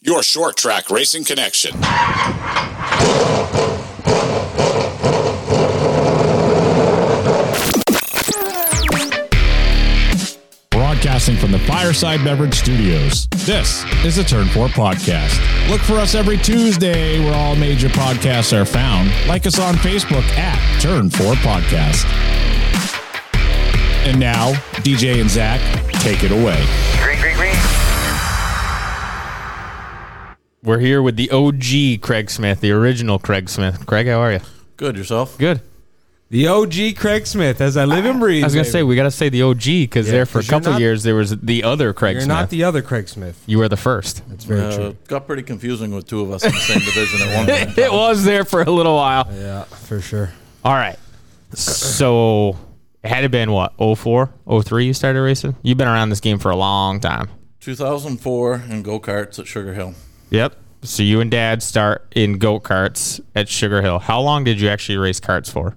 Your short track racing connection. Broadcasting from the Fireside Beverage Studios, this is the Turn 4 Podcast. Look for us every Tuesday where all major podcasts are found. Like us on Facebook at Turn 4 Podcast. And now, DJ and Zach, take it away. Green, green, green. We're here with the OG Craig Smith, the original Craig Smith. Craig, how are you? Good yourself. Good. The OG Craig Smith, as I live and breathe. I was gonna say we gotta say the OG because there for a 'cause you're couple not- years there was the other Craig you're Smith. not the other Craig Smith. you were the first. That's very Uh, true. got pretty confusing with two of us in the same division at one point. it was there for a little while. Yeah, for sure. All right. So it had to been what 04, 03 You started racing. You've been around this game for a long time. 2004 and go karts at Sugar Hill. Yep. So you and Dad start in goat carts at Sugar Hill. How long did you actually race carts for?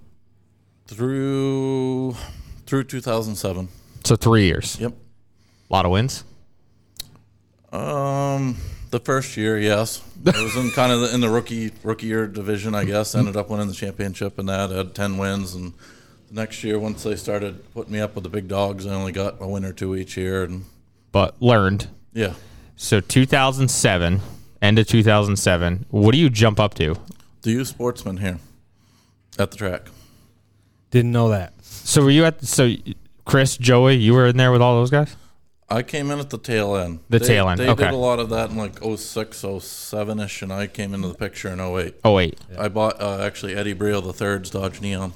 Through through 2007. So three years. Yep. A lot of wins. Um, the first year, yes, I was in kind of the, in the rookie rookie year division, I guess. Mm-hmm. Ended up winning the championship and that had ten wins. And the next year, once they started putting me up with the big dogs, I only got a win or two each year. And But learned. yeah, So 2007, end of 2007. What do you jump up to? the youth sportsman here at the track. Didn't know that. So were you at? So Chris, Joey, you were in there with all those guys. I came in at the tail end. The They- tail end, They okay. did a lot of that in like 06, 07 ish, and I came into the picture in 08. Oh wait. I bought uh, actually Eddie Briel the third's Dodge Neon,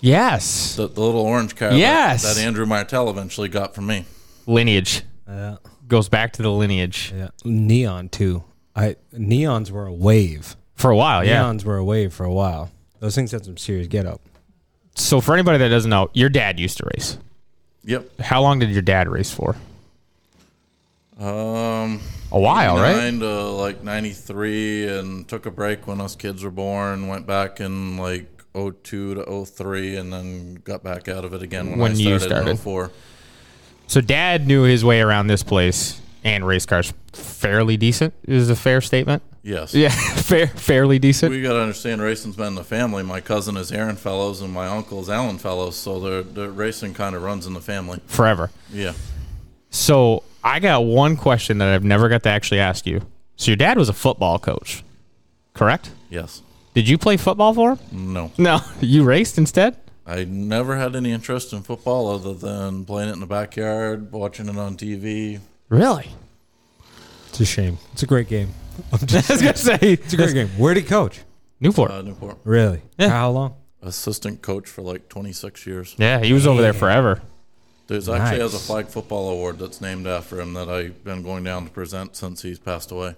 Yes. the, the little orange car. that- Yes. That, Andrew Martell eventually got from me. Lineage Yeah, goes back to the lineage yeah. Neon too. I neons were a wave. for a while. Yeah. Neons were a wave for a while. Those things had some serious get up. So for anybody that doesn't know, your dad used to race. Yep. How long did your dad race for? Um, A while, right? Nine to like 93 and took a break when us kids were born, went back in like 02 to 03, and then got back out of it again when, I When started, you in started. 04. So dad knew his way around this place and race cars fairly decent. Is a fair statement. Yes. Yeah, fair, fairly decent. We got to understand racing's been in the family. My cousin is Aaron Fellows, and my uncle is Alan Fellows, so the the racing kind of runs in the family. Forever. Yeah, So I got one question that I've never got to actually ask you. So your dad was a football coach, correct? yes, Did you play football for him? no. No, you raced instead. I never had any interest in football other than playing it in the backyard, watching it on TV. Really? It's a shame. It's a great game. I'm I just- was gonna say it's a great game. Where'd he coach? Newport. Uh, Newport Really? Yeah. For how long? assistant coach for like 26 years. yeah, he was over there forever. There's actually has a Nice. flag football award that's named after him that I've been going down to present since he's passed away.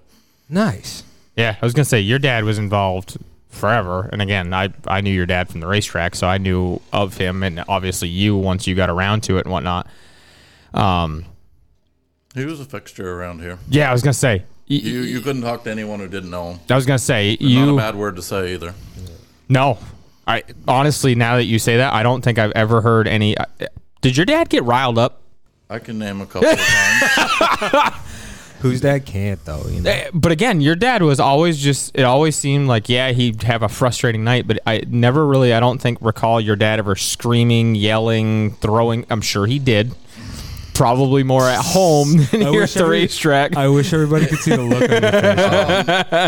Nice. Yeah, I was gonna say your dad was involved forever. And again, I I knew your dad from the racetrack, so I knew of him, and obviously you once you got around to it and whatnot. Um, He was a fixture around here. yeah, I was gonna say. y- You you couldn't talk to anyone who didn't know him. I was gonna say Not a you bad word to say either. No, I honestly now that you say that, I don't think I've ever heard any. I- Did your dad get riled up? I can name a couple of times. Who's that? Can't though. You know. Eh, But again, your dad was always just. It always seemed like yeah, he'd have a frustrating night, but I never really. I don't think recall your dad ever screaming, yelling, throwing. I'm sure he did. Probably more at home than I here at wish the every- racetrack. I wish everybody could see the look on your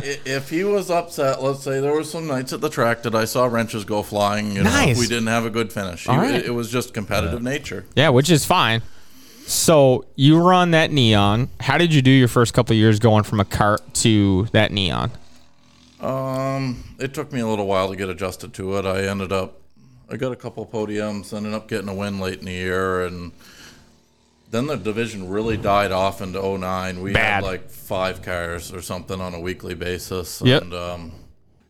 face. I- if he was upset, let's say there were some nights at the track that I saw wrenches go flying. You know, Nice. if we didn't have a good finish. He- All right. it, it was just competitive nature. yeah, which is fine. So you were on that neon. How did you do your first couple of years going from a cart to that neon? Um, it took me a little while to get adjusted to it. I ended up, I got a couple podiums, ended up getting a win late in the year, and then the division really died off into 09. We Bad. had like five cars or something on a weekly basis, Yep. and um,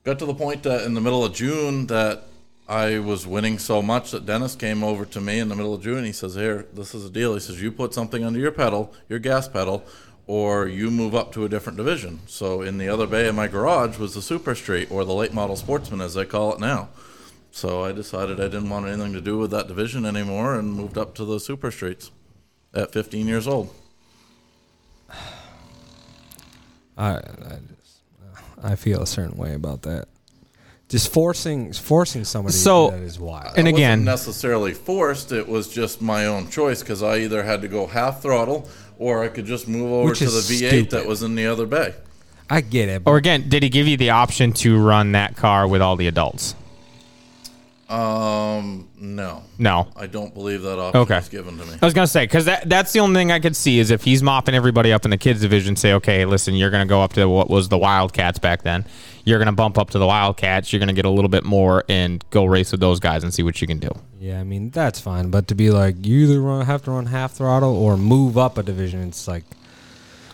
got to the point that in the middle of June that. I was winning so much that Dennis came over to me in the middle of June. He says, "Here, this is a deal." He says, "You put something under your pedal, your gas pedal, or you move up to a different division." So in the other bay in my garage was the Super Street or the late model Sportsman, as they call it now. So I decided I didn't want anything to do with that division anymore and moved up to the Super Streets at 15 years old. I, I just, I feel a certain way about that. Just forcing, forcing somebody So- that is wild. And It wasn't again, necessarily forced. It was just my own choice because I either had to go half throttle or I could just move over Which to the is V8 that stupid. was in the other bay. I get it. But or again, did he give you the option to run that car with all the adults? Um, no, No. I don't believe that option Okay. was given to me. I was gonna say because that that's the only thing I could see is if he's mopping everybody up in the kids division. Say, okay, listen, you're gonna go up to what was the Wildcats back then. You're gonna bump up to the Wildcats. You're gonna get a little bit more and go race with those guys and see what you can do. yeah, I mean that's fine. But to be like, you either run, have to run half throttle or move up a division. It's like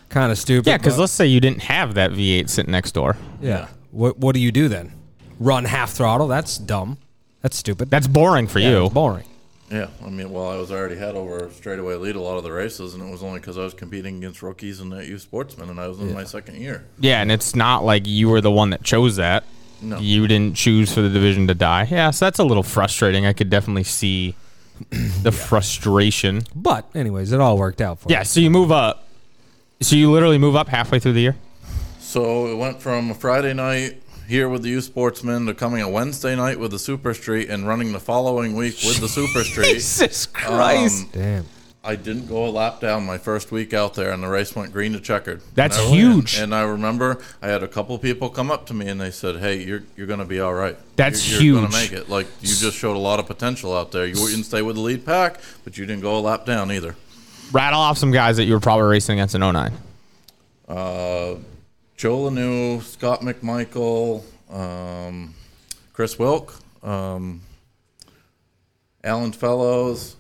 kind of stupid. Yeah, because but- let's say you didn't have that V8 sitting next door. yeah, what what do you do then? Run half throttle? That's dumb. That's stupid. That's boring for Yeah, you. it's boring. Yeah, I mean, well, I was already head over straightaway lead a lot of the races, and it was only because I was competing against rookies and that youth sportsmen, and I was in my second year. Yeah, and it's not like you were the one that chose that. No. You didn't choose for the division to die. Yeah, so that's a little frustrating. I could definitely see the frustration. But anyways, it all worked out for. Yeah, us. so you move up. So you literally move up halfway through the year? So it went from a Friday night here with the youth sportsmen to coming a Wednesday night with the Super Street and running the following week with the Super Street. Jesus Um, Damn. I didn't go a lap down my first week out there, and the race went green to checkered. That's And I- huge. And, I remember I had a couple people come up to me and they said, "Hey, you're you're going to be all right. That's you're, You're going to huge. make it. Like you just showed a lot of potential out there. You didn't stay with the lead pack, but you didn't go a lap down either. Um, Rattle off some guys that you were probably racing against in 09. Joe Lanou, Scott McMichael, um, Chris Wilk, um, Alan Fellows,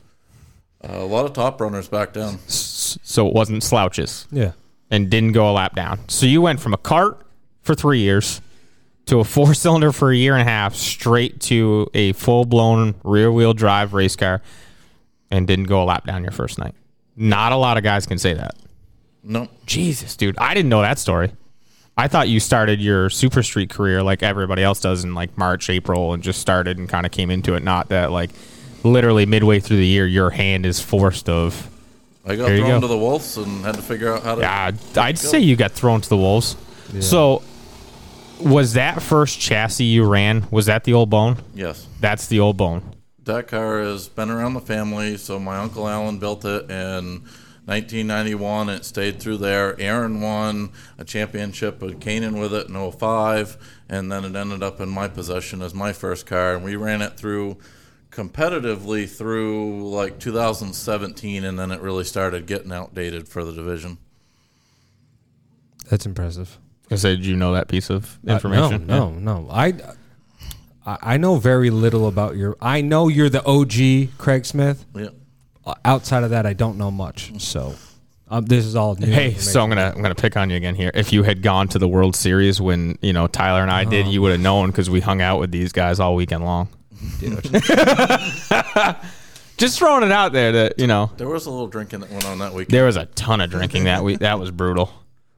uh, a lot of top runners back down. So it wasn't slouches Yeah. and didn't go a lap down. So you went from a cart for three years to a four cylinder for a year and a half straight to a full blown rear wheel drive race car and didn't go a lap down your first night. Not a lot of guys can say that. No, Jesus, dude. I didn't know that story. I thought you started your Super Street career like everybody else does in like March, April, and just started and kind of came into it. Not that like literally midway through the year, your hand is forced of. I got There you go. thrown to the wolves and had to figure out how to. Yeah, Uh, I'd say you got thrown to the wolves. So, was that first chassis you ran? Was that the old bone? Yes. That's the old bone. That car has been around the family. So my uncle Alan built it in 1991. It stayed through there. Aaron won a championship with Canaan with it in 05, and then it ended up in my possession as my first car. And we ran it through competitively through like 2017, and then it really started getting outdated for the division. That's impressive. I said, did you know that piece of Uh, information? no, no, no. I, I I know very little about your. I know you're the OG Craig Smith. Yeah. Uh, Outside of that, I don't know much. So, um, this is all new. Hey, information. so I'm gonna I'm gonna pick on you again here. If you had gone to the World Series when you know Tyler and I did, Uh-huh. you would have known because we hung out with these guys all weekend long. Just throwing it out there that you know There was a little drinking that went on that weekend. there was a ton of drinking that week. That was brutal.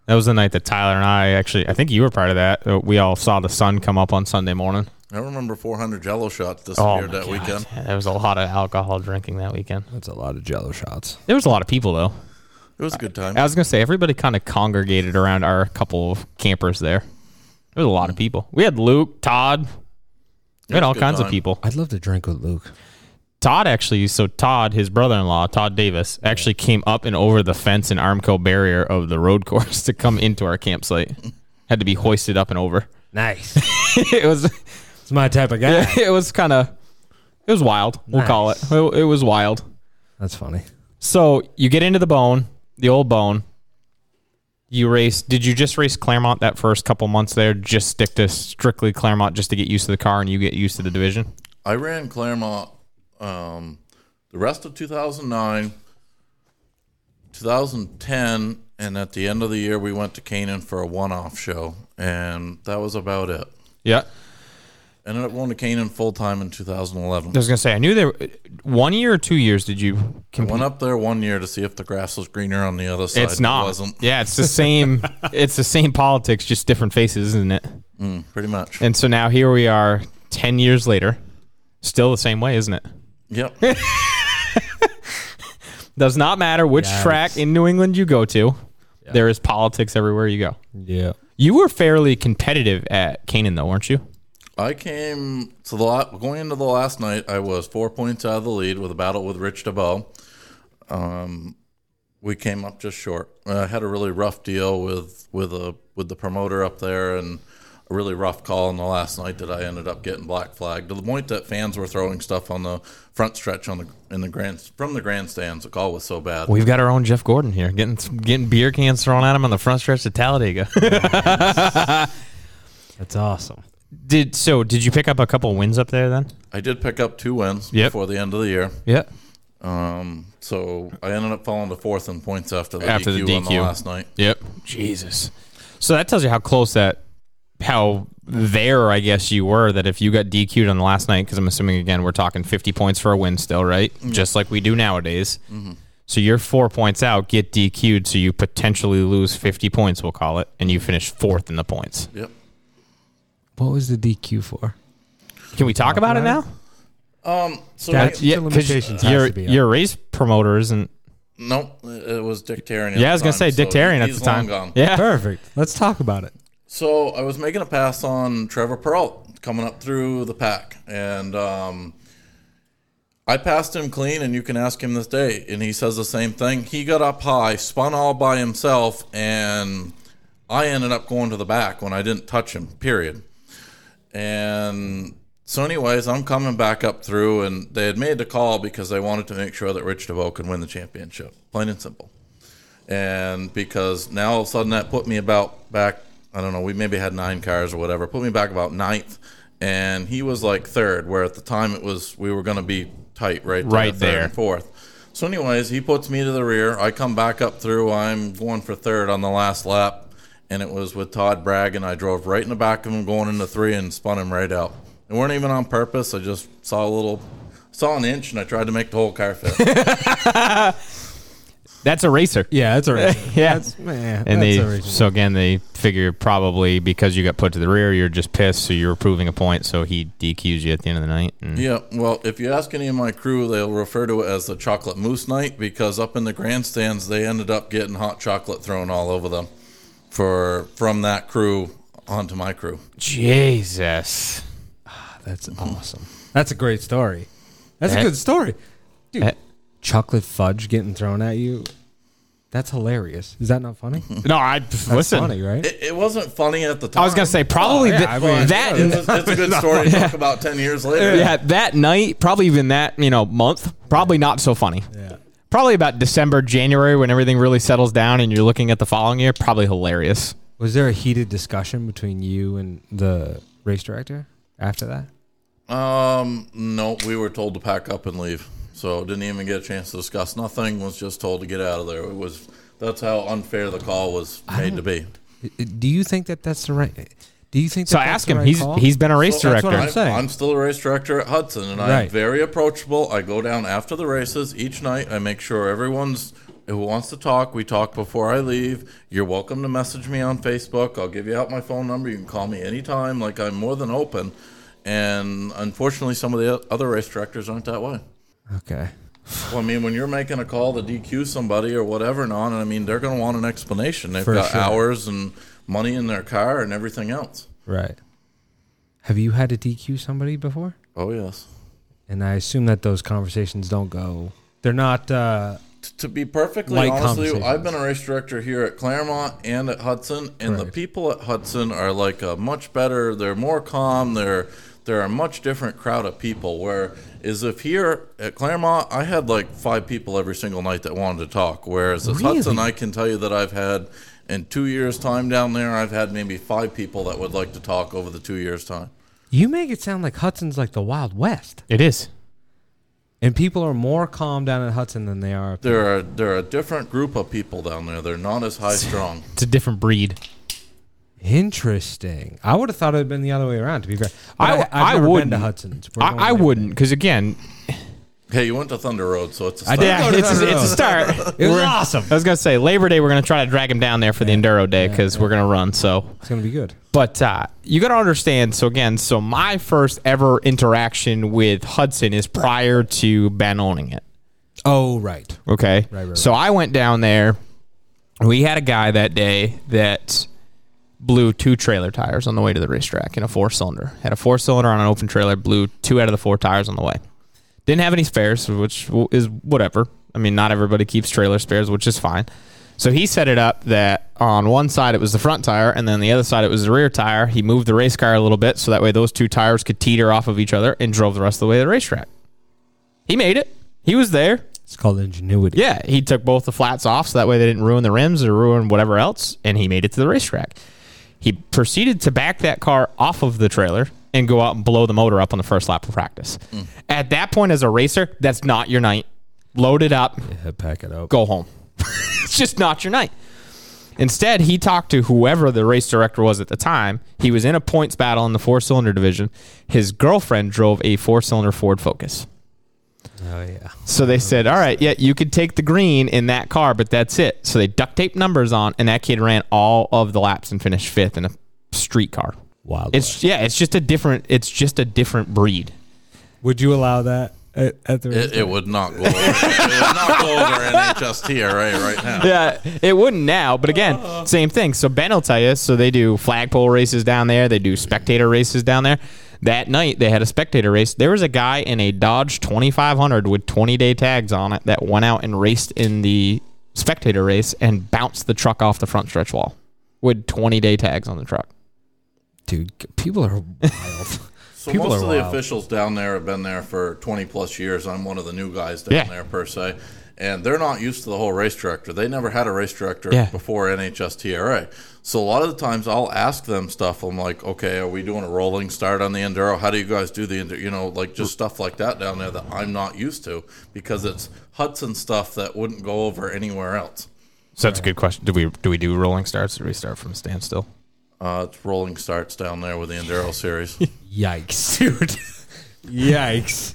That was the night that Tyler and I actually I think you were part of that. Uh, We all saw the sun come up on Sunday morning. I remember 400 Jello shots Oh disappeared my that God. weekend. Yeah, there was a lot of alcohol drinking that weekend. that's a lot of Jello shots. There was a lot of people though. It was a good time. I was gonna say everybody kind of congregated around our couple of campers there. There was a lot of people. We had Luke, Todd, we had all good kinds of time. people. I'd love to drink with Luke. Todd actually, so Todd, his brother-in-law, Todd Davis, actually came up and over the fence and Armco barrier of the road course to come into our campsite. Had to be hoisted up and over. Nice. it was, it's my type of guy. it was kind of, it was wild. We'll call it. It- It was wild. That's funny. So you get into the bone, the old bone. You race. Did you just race Claremont that first couple months there? Just stick to strictly Claremont just to get used to the car and you get used to the division. I ran Claremont um, the rest of 2009, 2010, and at the end of the year, we went to Canaan for a one off show, and that was about it. Yeah, Ended up going to Canaan full time in I 2011. was gonna say I knew there. One year or two years did you compete? Went up there one year to see if the grass was greener on the other side. It's not. It wasn't, Yeah, it's the same. it's the same politics, just different faces, isn't it? pretty much. And so now here we are, ten years later, still the same way, isn't it? Yep. Does not matter which Yeah, track in New England you go to. There is politics everywhere you go. Yeah. You were fairly competitive at Canaan, though, weren't you? I came to the la- going into the last night. I was four points out of the lead with a battle with Rich DeBow. Um, we came up just short. I had a really rough deal with with a with the promoter up there, and a really rough call on the last night that I ended up getting black flagged to the point that fans were throwing stuff on the front stretch on the in the grand from the grandstands. The call was so bad. We've got our own Jeff Gordon here, getting getting beer cans thrown at him on the front stretch of Talladega. That's awesome. did so? Did you pick up a couple wins up there then? I did pick up two wins Yep. before the end of the year. Yeah. Um, so I ended up falling to fourth in points after the After the DQ on the DQ. last night. Yep. Jesus. So that tells you how close that, how there I guess you were. That if you got DQ'd on the last night, because I'm assuming again we're talking 50 points for a win still, right? Just like we do nowadays. Mm-hmm. So you're four points out, get DQ'd, so you potentially lose 50 points. We'll call it, and you finish fourth in the points. Yep. What was the DQ for? Can we talk about it now? Um, So That's- I- Yeah, 'cause limitations has your to be up. your race promoter isn't. Nope, it was Dick Tarrion. at Yeah, I the was gonna time, say so Dick Tarrion at he's the time. long gone. Yeah, Perfect. Let's talk about it. So I was making a pass on Trevor Pearl coming up through the pack, and um, I passed him clean. And you can ask him this day, and he says the same thing. He got up high, spun all by himself, and I ended up going to the back when I didn't touch him. Period. And so, anyways, I'm coming back up through, and they had made the call because they wanted to make sure that Rich DeVoe could win the championship, plain and simple. And because now all of a sudden that put me about back, I don't know, we maybe had nine cars or whatever, put me back about ninth, and he was like third, where at the time it was we were going to be tight right there, Right third there. and fourth. So, anyways, he puts me to the rear. I come back up through. I'm going for third on the last lap, and it was with Todd Bragg, and I drove right in the back of him going into three and spun him right out. It weren't even on purpose. I just saw a little, saw an inch, and I tried to make the whole car fit. that's a racer. Yeah, that's all right. Yeah. That's, man, And that's they original. so again they figure probably because you got put to the rear, you're just pissed, so you're proving a point, so he DQs you at the end of the night. And yeah, well, if you ask any of my crew, they'll refer to it as the chocolate moose night because up in the grandstands they ended up getting hot chocolate thrown all over them for from that crew onto my crew. Jesus, That's awesome. That's a great story. That's That- a good story. Dude, That- chocolate fudge getting thrown at you. That's hilarious. Is that not funny? That's no, I listen. funny, right? It, it wasn't funny at the time. I was gonna say probably Oh, yeah, th- I mean, that. It was, it's a good story to talk about 10 years later. yeah, that night, probably even that, you know, month, probably not so funny. Yeah. Probably about December, January, when everything really settles down and you're looking at the following year, probably hilarious. Was there a heated discussion between you and the race director after that? Um, no, we were told to pack up and leave. So didn't even get a chance to discuss. Nothing was just told to get out of there. It was that's how unfair the call was made to be. I- I- Do you think that that's the right? Do you think? So that I that's ask the him. right He's call? he's been a race So that's director. what I'm saying. I'm still a race director at Hudson, and I'm Right. very approachable. I go down after the races each night. I make sure everyone's who wants to talk. We talk before I leave. You're welcome to message me on Facebook. I'll give you out my phone number. You can call me anytime. Like I'm more than open. And unfortunately, some of the o- other race directors aren't that way. okay. Well, I mean, when you're making a call to DQ somebody or whatever, and on, and I mean, they're going to want an explanation. They've For got sure. hours and money in their car and everything else. Right. Have you had to DQ somebody before? Oh yes. And I assume that those conversations don't go. They're not. Uh, T- To be perfectly Light honest with you, conversations. I've been a race director here at Claremont and at Hudson, and the Right. people at Hudson are like a much better. They're more calm. They're they're a much different crowd of people. Where is if here at Claremont, I had like five people every single night that wanted to talk. Whereas at Hudson, I can tell you that I've had in two years' time down there, I've had maybe five people that would like to talk over the two years' time. you make it sound like Hudson's like the Wild West, It is. and people are more calm down at Hudson than they are. They're a, they're a different group of people down there. They're not as high strong. It's a different breed. Interesting. I would have thought it had been the other way around. To be fair, But I- I, I've I never been wouldn't. to Hudson's. We're going I, I there. wouldn't, because again, Hey, you went to Thunder Road, so it's a I start. did. yeah, go to it's, a, Thunder it's a Road. start. It was We're- awesome. I was gonna say Labor Day, we're gonna try to drag him down there for the enduro day because we're gonna run. So, It's gonna be good. but uh, you gotta understand. So again, so my first ever interaction with Hudson is prior to Ben owning it. Oh right. Okay. Right, right, So I went down there we had a guy that day that blew two trailer tires on the way to the racetrack in a four cylinder. Had a four cylinder on an open trailer, blew two out of the four tires on the way. Didn't have any spares, which w- is whatever. I mean, not everybody keeps trailer spares, which is fine. So he set it up that on one side it was the front tire, and then the other side it was the rear tire. He moved the race car a little bit so that way those two tires could teeter off of each other and drove the rest of the way to the racetrack. He made it. He was there. It's called ingenuity. Yeah, he took both the flats off so that way they didn't ruin the rims or ruin whatever else, and he made it to the racetrack. He proceeded to back that car off of the trailer and go out and blow the motor up on the first lap of practice. At that point, as a racer, that's not your night. Load it up, Yeah, pack it up. go home. it's just not your night. Instead, he talked to whoever the race director was at the time. He was in a points battle in the four cylinder division. His girlfriend drove a four cylinder Ford Focus. Oh yeah. So they said, "All right, yeah, you could take the green in that car, but that's it." So they duct taped numbers on, and that kid ran all of the laps and finished fifth in a street car. Wild. It's yeah, it's just a different, it's just a different breed. Would you allow that at, at the It, it would not go over. it would not go over NHS TRA right now. Yeah, it wouldn't now, but again, same thing. So Ben will tell you. So they do flagpole races down there. They do spectator races down there. That night they had a spectator race. There was a guy in a Dodge 2500 with 20 day tags on it that went out and raced in the spectator race and bounced the truck off the front stretch wall with 20 day tags on the truck. Dude, c- people are wild. So People most are of the wild. officials down there have been there for 20 plus years. I'm one of the new guys down Yeah. there per se, and they're not used to the whole race director. They never had a race director Yeah. before NHS TRA. So a lot of the times I'll ask them stuff. I'm like, okay, are we doing a rolling start on the enduro? How do you guys do the enduro? You know, like just stuff like that down there that I'm not used to because it's Hudson stuff that wouldn't go over anywhere else. So that's a good question. Do we do we do rolling starts or do we start from standstill? Uh, it's rolling starts down there with the enduro series. Yikes, dude. Yikes.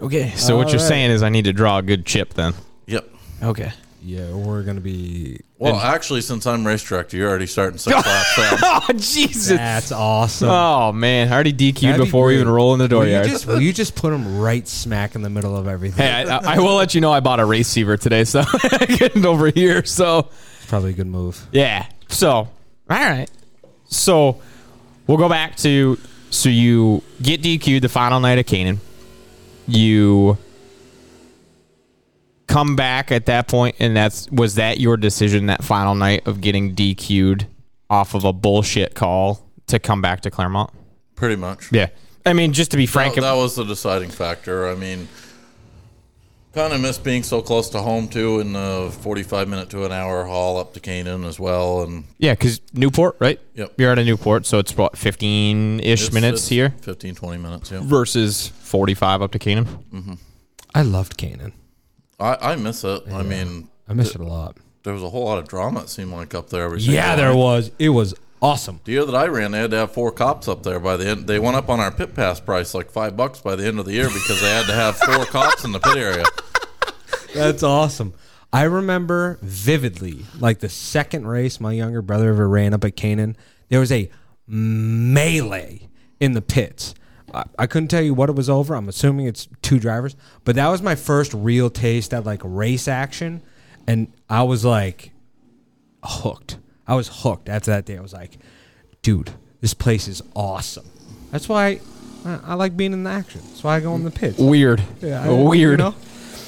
Okay. So what you're Alright. saying is I need to draw a good chip then. yep. Okay. Yeah, we're gonna be. Well, actually, since I'm race director, you're already starting six laps out. Oh Jesus. That's awesome. Oh man, I already DQ'd That'd be before we great. even roll in the door Will you, yard. just, will you just put them right smack in the middle of everything? hey, I, I- I will let you know I bought a receiver today, so I couldn't over here. So It's probably a good move. yeah, so all right, so we'll go back to so you get DQ'd the final night of Canaan. You come back at that point, and that's was that your decision that final night of getting DQ'd off of a bullshit call to come back to Claremont? Pretty much. Yeah, I mean just to be frank, That, that was the deciding factor. I mean, kind of miss being so close to home too, in the forty-five minute to an hour haul up to Canaan as well, and Yeah, because Newport, right? Yep. You're out of Newport, so it's what 15 ish it's- minutes it's here 15, 20 minutes. Yeah, versus 45 up to Canaan. Mm-hmm. I loved Canaan. I, I miss it. I mean, I missed it a lot. there was a whole lot of drama. It seemed like up there. Every Yeah, single there night. was. It was awesome. The year that I ran, they had to have four cops up there by the end. They went up on our pit pass price like five bucks by the end of the year because they had to have four cops in the pit area. That's awesome. I remember vividly, like the second race my younger brother ever ran up at Canaan, there was a melee in the pits. I, I couldn't tell you what it was over. I'm assuming it's two drivers, but that was my first real taste at like race action. And I was like hooked. I was hooked after that day. I was like, dude, this place is awesome. That's why I, I like being in the action. That's why I go in the pits. Weird. Yeah, I- you Weird. know?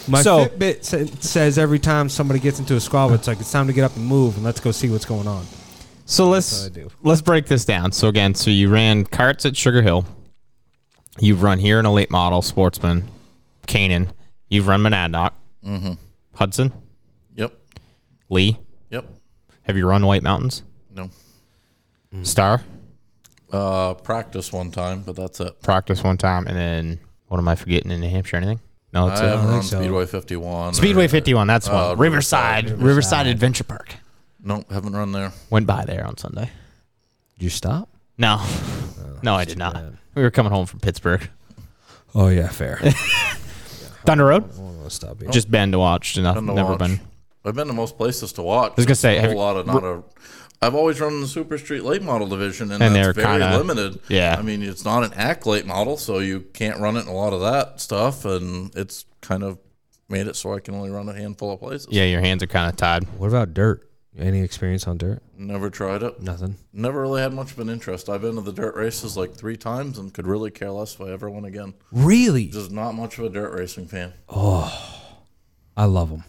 My So- Fitbit sa- says every time somebody gets into a squabble, it's like it's time to get up and move, and let's go see what's going on. So let's what I do. let's break this down. So again, so you ran carts at Sugar Hill. You've run here in a late model sportsman, Canaan. You've run Monadnock, Mm-hmm. Hudson, Yep. Lee. Yep. Have you run White Mountains? No. Mm-hmm. Star Uh, practice one time, but that's it. practice one time, and then what am I forgetting in New Hampshire? Anything? No, it's I haven't think run so. Speedway 51. Speedway or- 51. That's one. Uh, Riverside, Riverside, Adventure Park. No, haven't run there. Went by there on Sunday. Did you stop? No, no, I did not. We were coming home from Pittsburgh. Oh yeah, fair. Thunder Road. stop Just been to watch. Enough. Been to Never watch. been. I've been to most places to watch. I was gonna say, a have whole you- lot of not a. I've always run the Super Street late model division, and, And that's they're very kinda- limited. yeah. I mean, it's not an act late model, so you can't run it in a lot of that stuff, and it's kind of made it so I can only run a handful of places. Yeah, your hands are kind of tied. What about dirt? Any experience on dirt? Never tried it. Nothing. Never really had much of an interest. I've been to the dirt races like three times and could really care less if I ever went again. Really? Just not much of a dirt racing fan. I love them.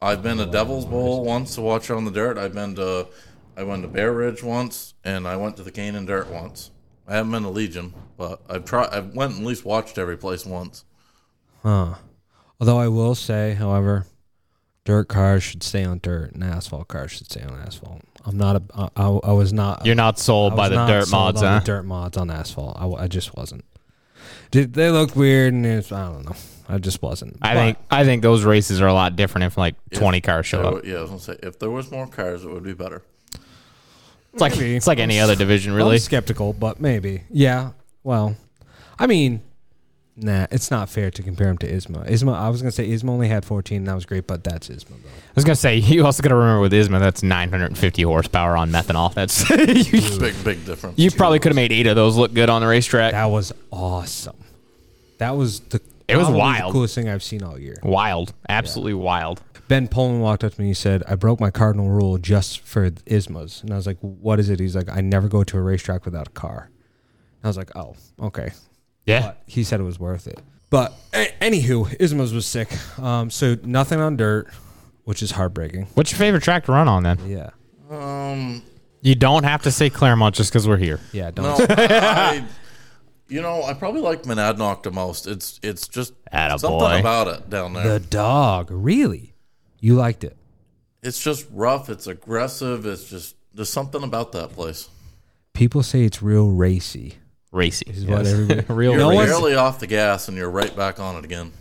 I've been to Devil's Bowl once to watch on the dirt. I've been to, I went to Bear Ridge once, and I went to the Cane and Dirt once. I haven't been to Legion, but I've tried. I've went and at least watched every place once. Although I will say, however, dirt cars should stay on dirt, and asphalt cars should stay on asphalt. I'm not a. I, I, I was not. You're not sold I by was the not dirt sold mods, on huh? the dirt mods on asphalt. I, w- I just wasn't. Did they look weird? And it's, I don't know. I just wasn't. I think I think those races are a lot different if like 20 cars show There up. were- yeah, I was gonna say if there was more cars, it would be better. It's like Maybe. it's like any other division, really. I'm skeptical, but maybe. Yeah. Well, I mean, nah. It's not fair to compare him to Isma. Isma. I was gonna say Isma only had 14. and That was great, but that's Isma though. I was gonna say you also gotta remember with Isma that's 950 horsepower on methanol. That's you, Big, big difference. you probably could have made eight of those look good on the racetrack. That was awesome. That was the. It was probably wild. The coolest thing I've seen all year. wild, absolutely wild. Ben Pullman walked up to me and he said, I broke my cardinal rule just for Ismas. And I was like, What is it? He's like, I never go to a racetrack without a car. And I was like, Oh, okay. Yeah, But he said it was worth it. But a- anywho, Ismas was sick. Um, so nothing on dirt, which is heartbreaking. what's your favorite track to run on then? Yeah. Um, You don't have to say Claremont just because we're here. Yeah. Don't. no, I, you know, I probably like Monadnock the most. It's it's just Attaboy. something about it down there. The dog. Really? You liked it. It's just rough. It's aggressive. It's just there's something about that place. People say it's real racy. Racy, what everybody- real. You're No one's- barely off the gas, and you're right back on it again.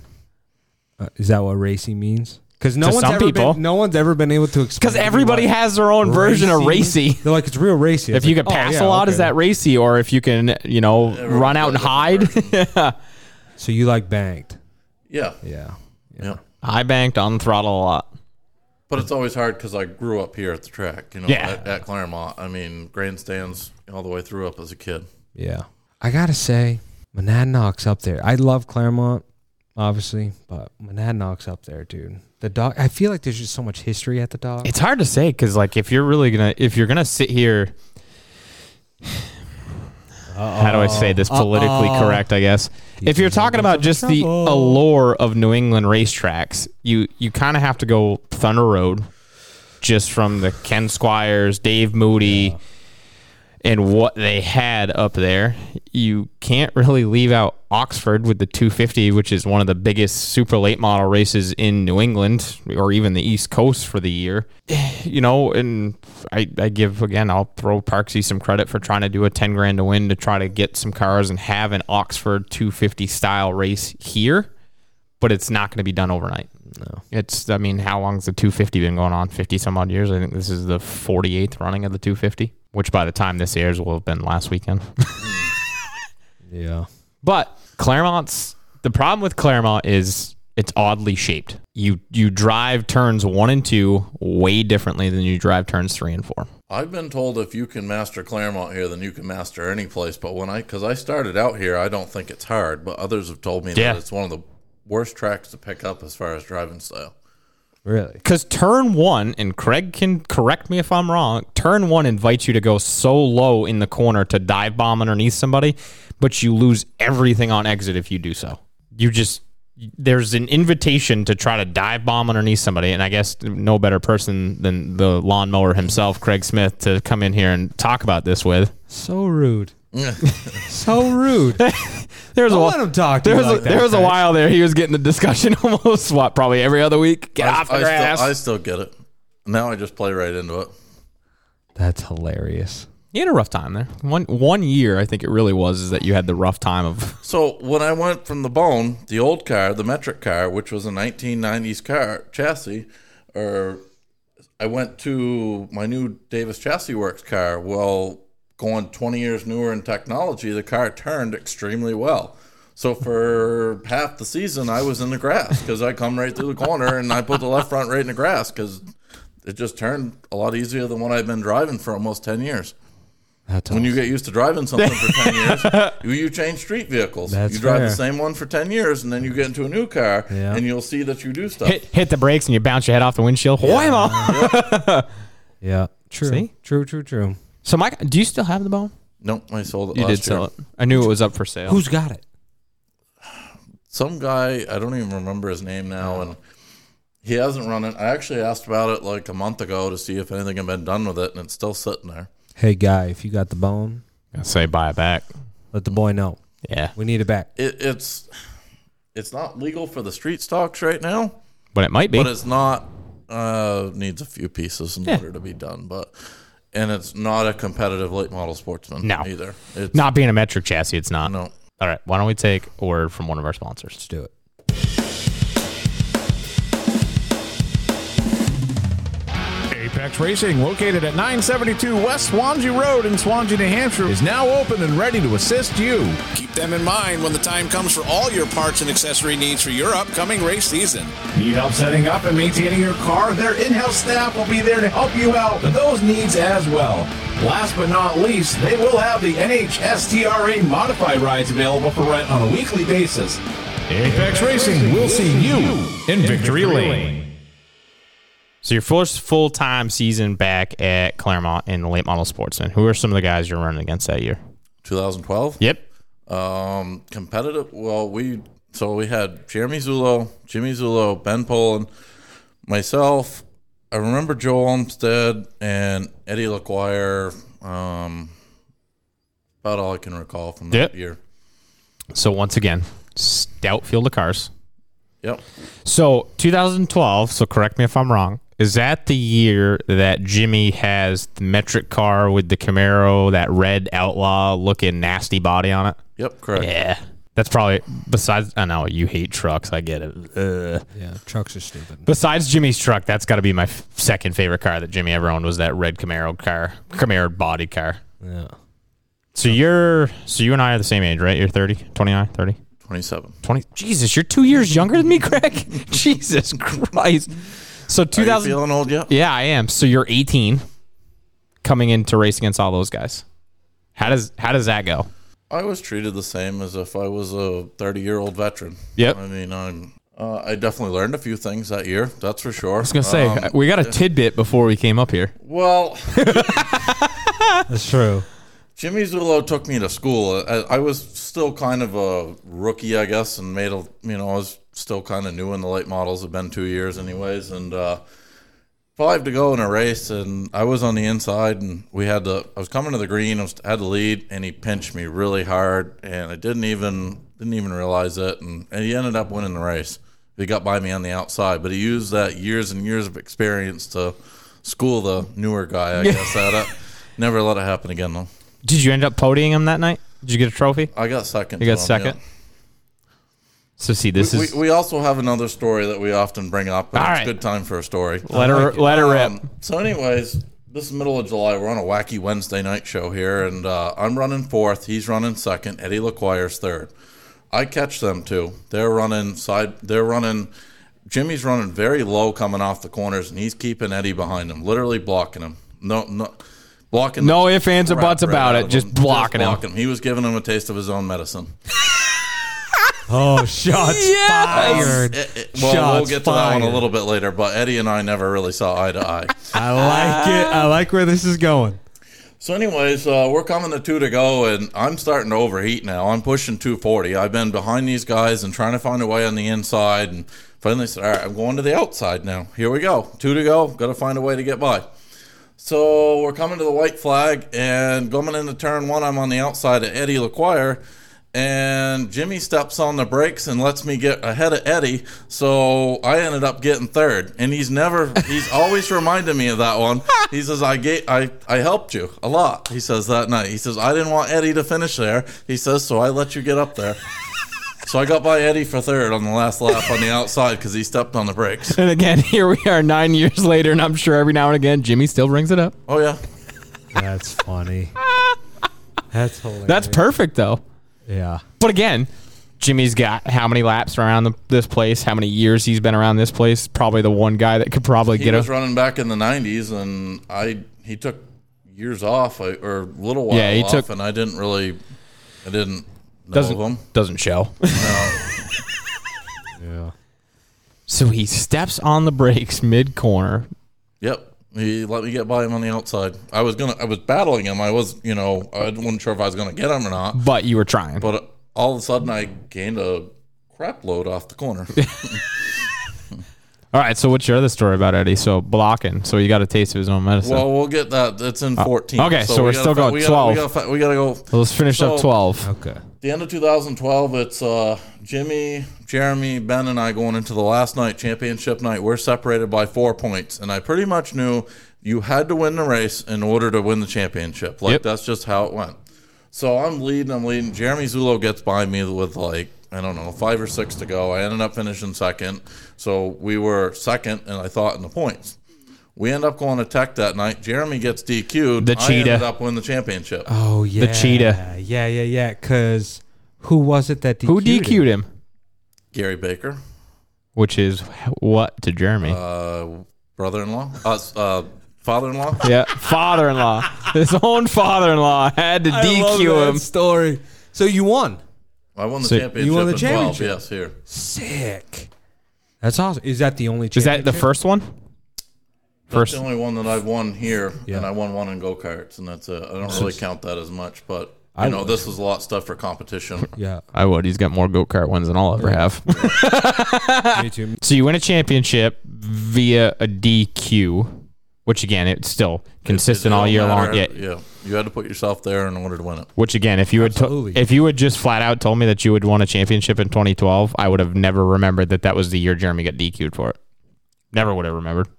Uh, is that what racy means? Because no To one's some ever people. been, no one's ever been able to explain. Because everybody what has their own version of racy. Oh, They're like "Oh, it's real racy. If you can pass a lot, is that racy? Or if you can, you know, run out and hide? So you like banked? Yeah, Yeah. yeah. I banked on throttle a lot. But it's always hard because I grew up here at the track, you know, Yeah. at, at Claremont. I mean, grandstands all the way through up as a kid. Yeah. I gotta say, Monadnock's up there. I love Claremont, obviously, but Monadnock's up there, dude. The dog. I feel like there's just so much history at the dog. It's hard to say because, like, if you're really gonna, if you're gonna sit here, how do I say this politically correct? I guess if you're talking about just the allure of New England racetracks, you you kind of have to go Thunder Road, just from the Ken Squires, Dave Moody, and what they had up there. You can't really leave out Oxford with the 250, which is one of the biggest super late model races in New England or even the East Coast for the year. You know, and I, I give again, I'll throw Parksy some credit for trying to do a 10 grand to win to try to get some cars and have an Oxford 250 style race here, but it's not going to be done overnight. No. It's, I mean, how long's the 250 been going on? 50 some odd years. I think this is the 48th running of the 250, which by the time this airs will have been last weekend. Yeah. But Claremont's the problem with Claremont is it's oddly shaped. You you drive turns one and two way differently than you drive turns three and four. I've been told if you can master Claremont here, then you can master any place. But when I, because I started out here, I don't think it's hard. But others have told me Yeah. that it's one of the worst tracks to pick up as far as driving style. Really. Because turn one, and Craig can correct me if I'm wrong, turn one invites you to go so low in the corner to dive bomb underneath somebody, but you lose everything on exit if you do so. You just, there's an invitation to try to dive bomb underneath somebody. And I guess no better person than the lawnmower himself, Craig Smith, to come in here and talk about this with. So rude. so rude. There's a Don't while, let him talk to there you was a, like that, there was a Craig. while there he was getting the discussion almost what probably every other week. Get off the I grass. still, I still get it. Now I just play right into it. That's hilarious. You had a rough time there. One one year, I think it really was, is that you had the rough time of. So when I went from the bone, the old car, the metric car, which was a 1990s car chassis, or I went to my new Davis Chassis Works car. Well, going 20 years newer in technology, the car turned extremely well. So for half the season, I was in the grass because I come right through the corner and I put the left front right in the grass because it just turned a lot easier than what I've been driving for almost 10 years. That's When you get used to driving something for 10 years, you, you change street vehicles. That's you drive fair. the same one for 10 years, and then you get into a new car, Yeah. and you'll see that you do stuff. Hit, hit the brakes and you bounce your head off the windshield. Whammo! Yeah. True. See? True, true, true. So, Mike, do you still have the bone? Nope, I sold it You last did sell year. it. I knew it was up for sale. Who's got it? some guy I don't even remember his name now, and he hasn't run it. I actually asked about it like a month ago to see if anything had been done with it, and it's still sitting there. Hey guy, if you got the bone, I say buy it back. let the boy know. Yeah, We need it back. It, it's it's not legal for the street stocks right now, but it might be. but it's not uh, needs a few pieces in order to be done. But and it's not a competitive late model sportsman No. either. It's Not being a metric chassis, it's not. no. All right, why don't we take a word from one of our sponsors? Do it. Apex Racing, located at 972 West Swansea Road in Swansea, New Hampshire, is now open and ready to assist you. Keep them in mind when the time comes for all your parts and accessory needs for your upcoming race season. Need help setting up and maintaining your car? Their in house staff will be there to help you out with those needs as well. Last but not least, they will have the NHSTRA modified rides available for rent on a weekly basis. Apex Racing will see you in Victory Lane. So your first full time season back at Claremont in the late model sportsman. Who are some of the guys you're running against that year? 2012. Yep. Um, competitive. Well, we so we had Jeremy Zulo, Jimmy Zulo, Ben Poland, myself. I remember Joe Olmstead and Eddie LaQuire. Um, about all I can recall from that Yep. year. So once again, stout field of cars. Yep. So 2012. So correct me if I'm wrong. Is that the year that Jimmy has the metric car with the Camaro, that red outlaw looking nasty body on it? Yep. Correct. Yeah. That's probably besides. I know you hate trucks. I get it. Ugh. Yeah, trucks are stupid. Besides Jimmy's truck, that's got to be my f- second favorite car that Jimmy ever owned was that red Camaro car, Camaro body car. Yeah. So you're so you and I are the same age, right? You're 30, 29, 30, 27. 20. Jesus, you're 2 years younger than me, Craig. Jesus Christ. So Are you 2000 feeling old yet? Yeah, I am. So you're 18 coming into race against all those guys. How does how does that go? I was treated the same as if I was a 30 year old veteran. Yep. I mean, I'm. Uh, I definitely learned a few things that year. That's for sure. I was I was going to say we got a tidbit before we came up here. well, That's true. Jimmy Zulo took me to school. I, I was still kind of a rookie, I guess, and made a you know I was still kind of new in the late models. Had been two years, anyways, and uh, five to go in a race, and I was on the inside, and we had to. I was coming to the green. I was, had the lead, and he pinched me really hard, and I didn't even didn't even realize it, and, and he ended up winning the race. He got by me on the outside, but he used that years and years of experience to school the newer guy, I guess, at it. Never let it happen again, though. Did you end up podiuming him that night? Did you get a trophy? I got second. You to got him, second. So see, this yeah. is We, we also have another story that we often bring up. But All it's right. a good time for a story. let her let her rip. Um, so, anyways, this is middle of July. We're on a wacky Wednesday night show here, and uh, I'm running fourth. He's running second. Eddie LaQuire's third. I catch them two. They're running side. They're running. Jimmy's running very low coming off the corners, and he's keeping Eddie behind him, literally blocking him. No, no, blocking. the No ifs, ands, or crap buts right about out it. of Just him. blocking him. him. He was giving him a taste of his own medicine. Oh, shots fired. It- it- well, we'll Shots get to that one fired. a little bit later, but Eddie and I never really saw eye to eye. I like it. I like where this is going. So, anyways, uh, we're coming to two to go, and I'm starting to overheat now. I'm pushing 240. I've been behind these guys and trying to find a way on the inside, and finally said, "All right, I'm going to the outside now. Here we go. Two to go. Got to find a way to get by." So we're coming to the white flag, and going into turn one, I'm on the outside of Eddie LaQuire, and Jimmy steps on the brakes and lets me get ahead of Eddie. So I ended up getting third, and he's never, he's always reminded me of that one. He says, "I gave, I, I helped you a lot." He says that night. He says, "I didn't want Eddie to finish there." He says, "So I let you get up there." So I got by Eddie for third on the last lap on the outside because he stepped on the brakes. And again, here we are nine years later, and I'm sure every now and again Jimmy still brings it up. Oh yeah, That's funny. That's hilarious. That's perfect though. yeah. But again, Jimmy's got how many laps around the, this place? How many years he's been around this place? Probably the one guy that could probably he get was a running back in the '90s, and I he took years off I, or a little while. Yeah, he off, took- and I didn't really, I didn't know of him. doesn't doesn't show. Yeah. so he steps on the brakes mid corner, Yep, He let me get by him on the outside. I was gonna, I was battling him. I was, you know, I wasn't sure if I was gonna get him or not. But you were trying. But all of a sudden, I gained a crap load off the corner. All right, so what's your other story about Eddie? So blocking. So he got a taste of his own medicine. well, we'll get that. It's in 14. Uh, okay, so we're gotta still fi- going we gotta- 12. We gotta, fi- we gotta go. Let's finish up so- 12. Okay. The end of 2012, it's uh, Jimmy, Jeremy, Ben, and I going into the last night, championship night. We're separated by four points, and I pretty much knew you had to win the race in order to win the championship. Like Yep. that's just how it went. So I'm leading, I'm leading. Jeremy Zulo gets by me with like I don't know five or six to go. I ended up finishing second, so we were second, and I thought in the points. We end up going to tech that night. Jeremy gets DQ'd. The I ended cheetah. Uh-huh. up winning the championship. Oh yeah. cheetah. Yeah, yeah, yeah. Because who was it that DQ'd Who DQ'd him? Gary Baker. Which is what to Jeremy? uh, brother-in-law, uh, uh, father-in-law. yeah, father-in-law. His own father-in-law had to DQ him. story. So you won. I won the So- championship. You won the in championship. 12, yes, here. Sick. That's awesome. Is that the only? Is that the first one? That's First. the only one that I've won here, Yeah. and I won one in go karts, and that's it. I don't really count that as much, but you I know, would. this is a lot of stuff for competition. Yeah, I would. He's got more go-kart ones than I'll ever have. me too. so you win a championship via a DQ, which again, it's still consistent It all don't year long. Yeah, matter. yeah, you had to put yourself there in order to win it. Which again, if you had to, Absolutely. if you had just flat out told me that you would won a championship in 2012, I would have never remembered that that was the year Jeremy got DQ'd for it. Never would have remembered.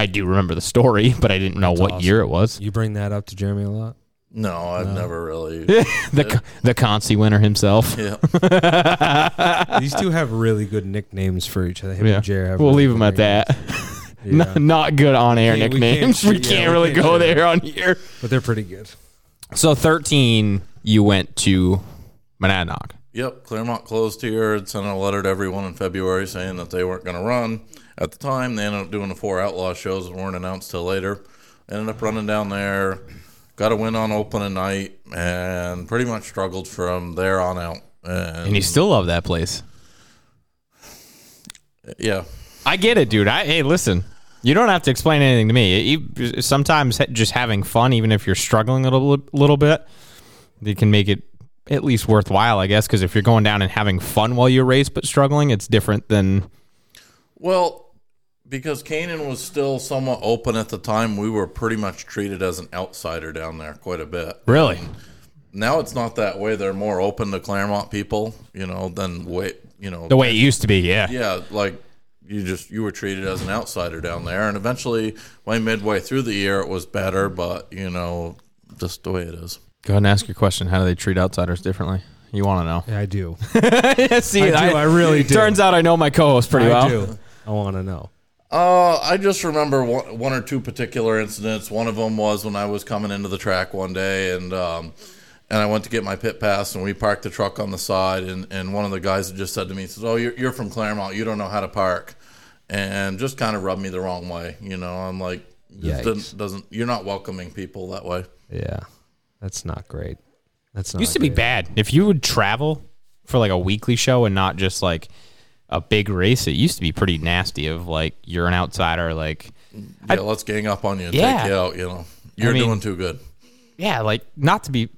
I do remember the story, but I didn't know what year it was. You bring that up to Jeremy a lot. No, I've never really. The co- the Concy winner himself. yeah, These two have really good nicknames for each other. Him Yeah, and Jer have we'll really leave him good at that. nicknames. Not, not good on air Can't- we can't nicknames. share- We can't, yeah, we really can't go share. there on here. Yeah. But they're pretty good. So 13, you went to Monadnock. yep. Claremont closed here and sent a letter to everyone in February saying that they weren't going to run. At the time, they ended up doing the four outlaw shows that weren't announced till later. Ended up running down there, got a win on opening night, and pretty much struggled from there on out. And, And Mm. you still love that place. yeah, I get it, dude. I hey, listen. You don't have to explain anything to me. You- sometimes ha- just having fun, even if you're struggling a little, little bit, it can make it at least worthwhile, I guess. Because if you're going down and having fun while you race but struggling, it's different than well, because Canaan was still somewhat open at the time, we were pretty much treated as an outsider down there quite a bit. really. Now it's not that way. They're more open to Claremont people, you know, than way, you know, The way it used to be, yeah. yeah, like you just you were treated as an outsider down there, and eventually, way midway through the year, it was better, but you know, just the way it is. Go ahead and ask your question. How do they treat outsiders differently? You want to know? Yeah, I do. Yeah, see, I do, I really do. Turns out I know my co-host pretty well. I do. I want to know. Uh, I just remember one, one or two particular incidents. One of them was when I was coming into the track one day, and um, and I went to get my pit pass, and we parked the truck on the side, and, and one of the guys just said to me, he says, "Oh, you're, you're from Claremont, you don't know how to park," and just kind of rubbed me the wrong way. You know, I'm like, Yikes. this doesn't, doesn't you're not welcoming people that way. Yeah, that's not great. That's not used to be great. bad. If you would travel for like a weekly show and not just like a big race, it used to be pretty nasty. Of like you're an outsider, like Yeah, let's gang up on you and Yeah. take you out. You know, you're mean- doing too good. yeah, like not to be.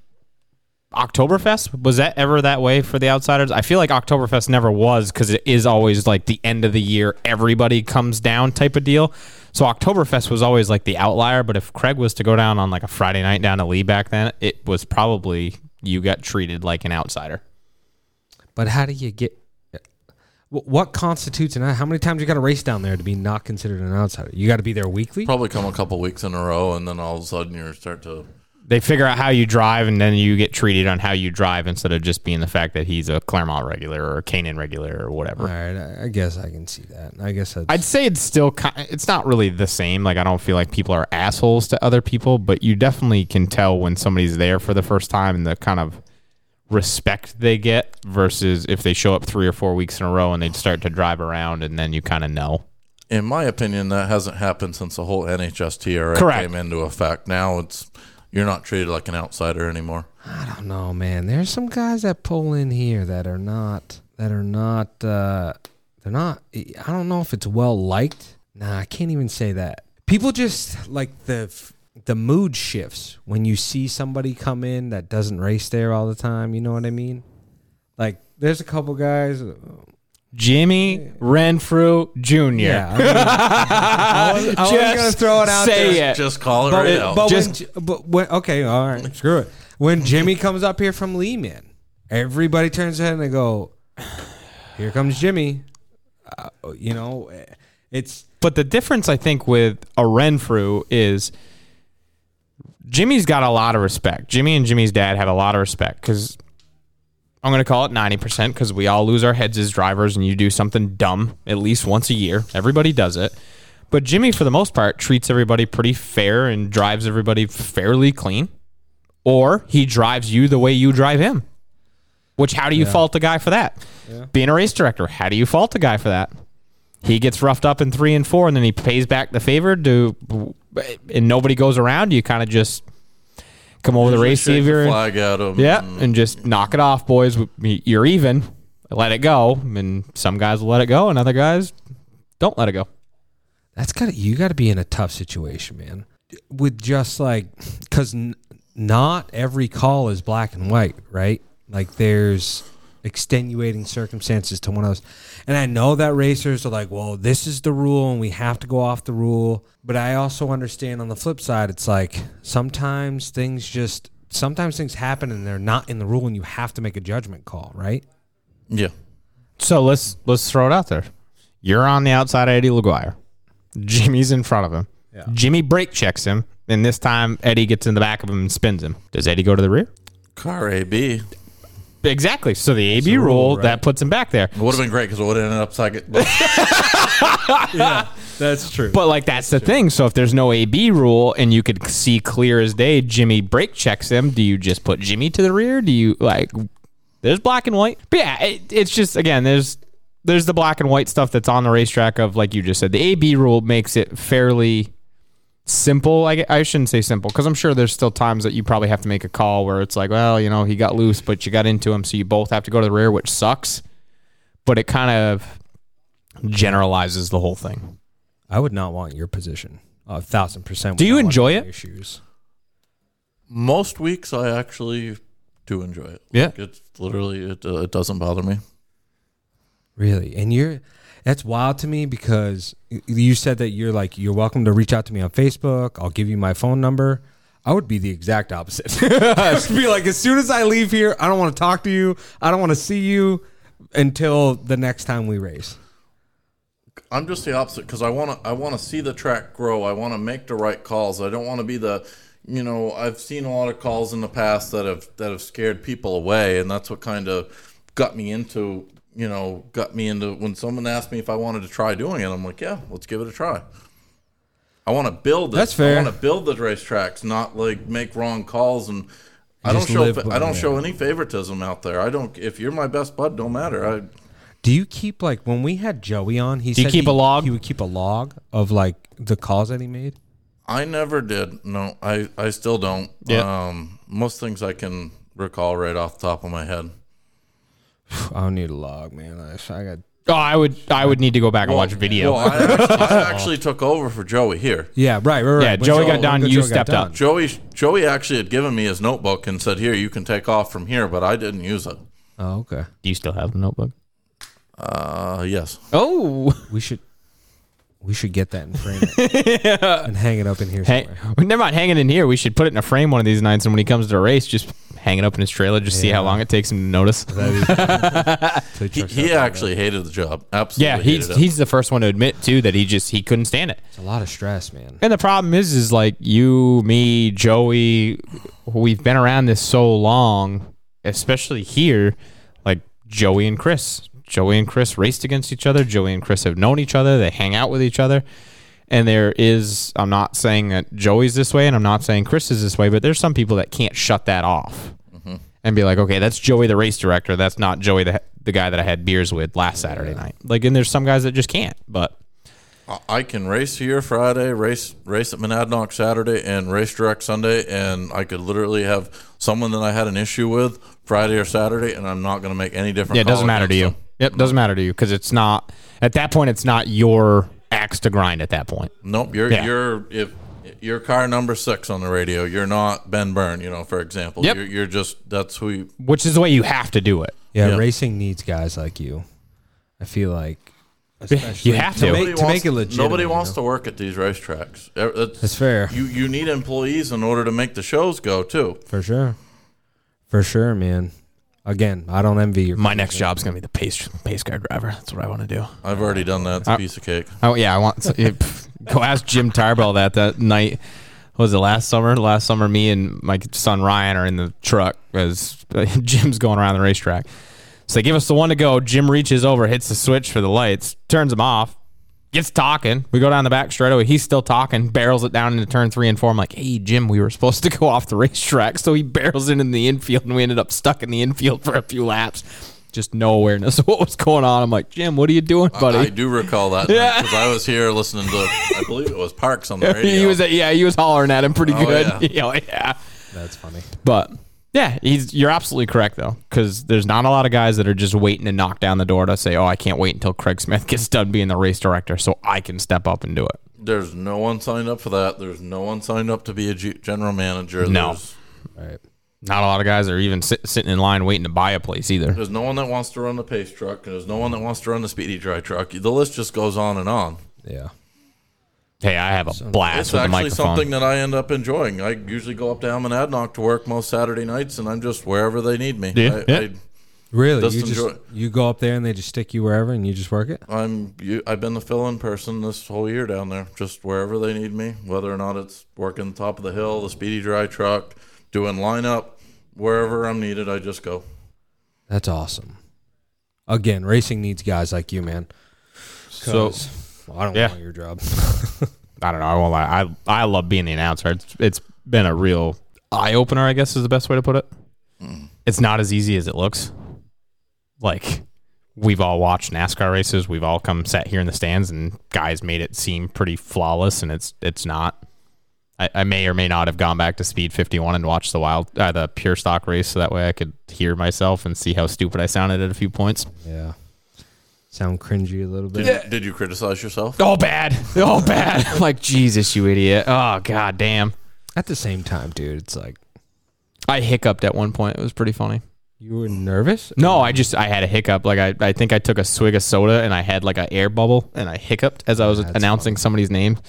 Oktoberfest was that ever that way for the outsiders? I feel like Oktoberfest never was because it is always like the end of the year, everybody comes down type of deal. So Oktoberfest was always like the outlier. But if Craig was to go down on like a Friday night down to Lee back then, it was probably you got treated like an outsider. But how do you get? Wh- What constitutes an? out- How many times you got to race down there to be not considered an outsider? You got to be there weekly. Probably come a couple weeks in a row, and then all of a sudden you start to. they figure out how you drive and then you get treated on how you drive instead of just being the fact that he's a Claremont regular or a Canaan regular or whatever. All right, I, I guess I can see that. I guess that's, I'd say it's still ki it's not really the same. Like I don't feel like people are assholes to other people, but you definitely can tell when somebody's there for the first time and the kind of respect they get versus if they show up 3 or 4 weeks in a row and they start to drive around and then you kind of know. In my opinion, that hasn't happened since the whole NHS TRA Correct. came into effect. Now it's you're not treated like an outsider anymore. I don't know, man. There's some guys that pull in here that are not that are not uh they're not I don't know if it's well liked. Nah, I can't even say that. people just like the f- the mood shifts when you see somebody come in that doesn't race there all the time. You know what I mean? Like there's a couple guys. uh, Jimmy Renfrew Jr. Yeah, I, mean, I was, I was Just gonna throw it out say there. it. Just call it But, right it- out. but when, Just- J- but when okay, all right, screw it. When Jimmy comes up here from Lee, man, everybody turns their head and they go, "Here comes Jimmy." Uh, you know, eh, it's But the difference, I think, with a Renfrew is Jimmy's got a lot of respect. Jimmy and Jimmy's dad have a lot of respect because I'm going to call it 90% because we all lose our heads as drivers and you do something dumb at least once a year. Everybody does it. But Jimmy, for the most part, treats everybody pretty fair and drives everybody fairly clean. Or he drives you the way you drive him. Which, how do you fault a guy for that? Being a race director, how do you fault a guy for that? he gets roughed up in three and four, and then he pays back the favor to, and nobody goes around. You kind of just come over the Usually race shake the savior, and, flag at 'em yeah, and and just knock it off, boys. You're even. Let it go, and some guys will let it go, and other guys don't let it go. that's got to you got to be in a tough situation, man. With just like because n- not every call is black and white, right? Like there's extenuating circumstances to one of those, and I know that racers are like, well, this is the rule, and we have to go off the rule. But I also understand on the flip side, it's like sometimes things just sometimes things happen and they're not in the rule, and you have to make a judgment call, right? yeah. So let's let's throw it out there. You're on the outside of Eddie LaGuire. Jimmy's in front of him. Jimmy brake checks him, and this time Eddie gets in the back of him and spins him. Does Eddie go to the rear? Car AB. Exactly. So the AB rule, that puts him back there. It would have been great because it would have ended up second. But That's true. But like that's the thing. So if there's no AB rule and you could see clear as day, Jimmy brake checks him. Do you just put Jimmy to the rear? Do you like? There's black and white. But yeah, it, it's just again there's there's the black and white stuff that's on the racetrack of like you just said. The AB rule makes it fairly simple. I, gue- I shouldn't say simple because I'm sure there's still times that you probably have to make a call where it's like, well, you know, he got loose, but you got into him, so you both have to go to the rear, which sucks. But it kind of generalizes the whole thing. I would not want your position. A thousand percent. Do would you not want enjoy to be it? in Your shoes. most weeks I actually do enjoy it. Yeah. Like, it's literally it, uh, it doesn't bother me. Really? And you're that's wild to me because y- you said that you're like you're welcome to reach out to me on Facebook. I'll give you my phone number. I would be the exact opposite. I'd be like as soon as I leave here, I don't want to talk to you. I don't want to see you until the next time we race. I'm just the opposite because I want to. I want to see the track grow. I want to make the right calls. I don't want to be the. You know, I've seen a lot of calls in the past that have that have scared people away, and that's what kind of got me into. You know, got me into when someone asked me if I wanted to try doing it. I'm like, yeah, let's give it a try. I want to build. It. That's fair. I want to build the racetracks, not like make wrong calls and. I don't Just show. live fa- by I don't it. show any favoritism out there. I don't. If you're my best bud, don't matter. I Do you keep like when we had Joey on, he Do you said keep he- a log? He would keep a log of like the calls that he made. I never did. No, I, I still don't. Yeah. Um, most things I can recall right off the top of my head. I don't need a log, man. I, I got Oh, I would I would need to go back and watch video. Well, I, actually, I actually took over for Joey here. yeah, right, right, right. Yeah, When Joey Joe- got done, when you Joe got stepped done. up. Joey Joey actually had given me his notebook and said, "Here, you can take off from here," but I didn't use it. Oh, okay. Do you still have the notebook? Uh, yes. Oh, We should we should get that and frame it and hang it up in here hey, somewhere. never mind. Hanging in here, we should put it in a frame one of these nights, and when he comes to a race, just hang it up in his trailer, just see how long it takes him to notice. He, he actually hated the job. Absolutely. yeah, he's hated it. he's the first one to admit too that he just he couldn't stand it. it's a lot of stress, man. And the problem is, is like you, me, Joey, we've been around this so long, especially here, like Joey and Chris. Joey and Chris raced against each other. Joey and Chris have known each other. They hang out with each other. And there is, I'm not saying that Joey's this way and I'm not saying Chris is this way, but there's some people that can't shut that off and be like, okay, that's Joey, the race director. That's not Joey, the, the guy that I had beers with last Saturday night. Like, and there's some guys that just can't, but I- I can race here Friday, race race at Monadnock Saturday, and race direct Sunday, and I could literally have someone that I had an issue with Friday or Saturday, and I'm not going to make any difference. Yeah, it doesn't matter to you. Yep, doesn't matter to you because it's not at that point. It's not your axe to grind at that point. Nope, you're Yeah. you're if you're car number six on the radio. You're not Ben Byrne, you know, for example. Yep. You're, you're just that's who. You, Which is the way you have to do it. Yeah, Yeah. racing needs guys like you. I feel like you have to. make- wants- to make it legit. Nobody wants to work at these racetracks. Eh, That's fair. You you need employees in order to make the shows go too. for sure, for sure, man. Again, I don't envy your My next job's gonna be the pace pace car driver. That's what I want to do. I've already done that. It's a piece of cake. Oh yeah, I want so, yeah, pff, go ask Jim Tarbell that that night. What was it last summer? Last summer, me and my son Ryan are in the truck as uh, Jim's going around the racetrack. So they give us the one to go. Jim reaches over, hits the switch for the lights, turns them off, gets talking. We go down the back straightaway. He's still talking, barrels it down into turn three and four. I'm like, hey, Jim, we were supposed to go off the racetrack. So he barrels in in the infield, and we ended up stuck in the infield for a few laps. Just no awareness of what was going on. I'm like, Jim, what are you doing, buddy? I do recall that because I was here listening to I believe it was Parks on the radio. he was yeah he was hollering at him pretty Oh, good yeah. yeah. yeah That's funny. but yeah he's you're absolutely correct though because there's not a lot of guys that are just waiting to knock down the door to say oh i can't wait until craig smith gets done being the race director so i can step up and do it There's no one signed up for that. There's no one signed up to be a G- general manager. No. There's, All right. not a lot of guys are even sit, sitting in line waiting to buy a place either there's no one that wants to run the pace truck. There's no one that wants to run the speedy dry truck. The list just goes on and on. Yeah. hey i have a blast It's with the actually microphone something that I end up enjoying. I usually go up to Almanadnock to work most Saturday nights, and I'm just wherever they need me. Yeah, I, yeah. Really? Just you just enjoy- you go up there and they just stick you wherever and you just work it. I, I'm you, I've been the fill-in person this whole year down there, just wherever they need me, whether or not it's working top of the hill, the speedy dry truck, doing lineup, wherever I'm needed, I just go. That's awesome. Again, racing needs guys like you, man. so 'Cause I don't yeah. want your job. i don't know i won't lie i, I love being the announcer it's, it's been a real eye-opener i guess is the best way to put it it's not as easy as it looks like we've all watched NASCAR races. We've all come sat here in the stands, and guys made it seem pretty flawless, and it's it's not. I, I may or may not have gone back to Speed 51 and watched the wild uh, the pure stock race, so that way I could hear myself and see how stupid I sounded at a few points. yeah. Sound cringy a little bit. Did, did you criticize yourself? Oh bad, oh bad. I'm like Jesus, you idiot. Oh god damn. At the same time, dude, it's like I hiccuped at one point. It was pretty funny. you were nervous. No, I just I had a hiccup. Like I, I think I took a swig of soda and I had like a air bubble and I hiccuped as I was announcing somebody's name.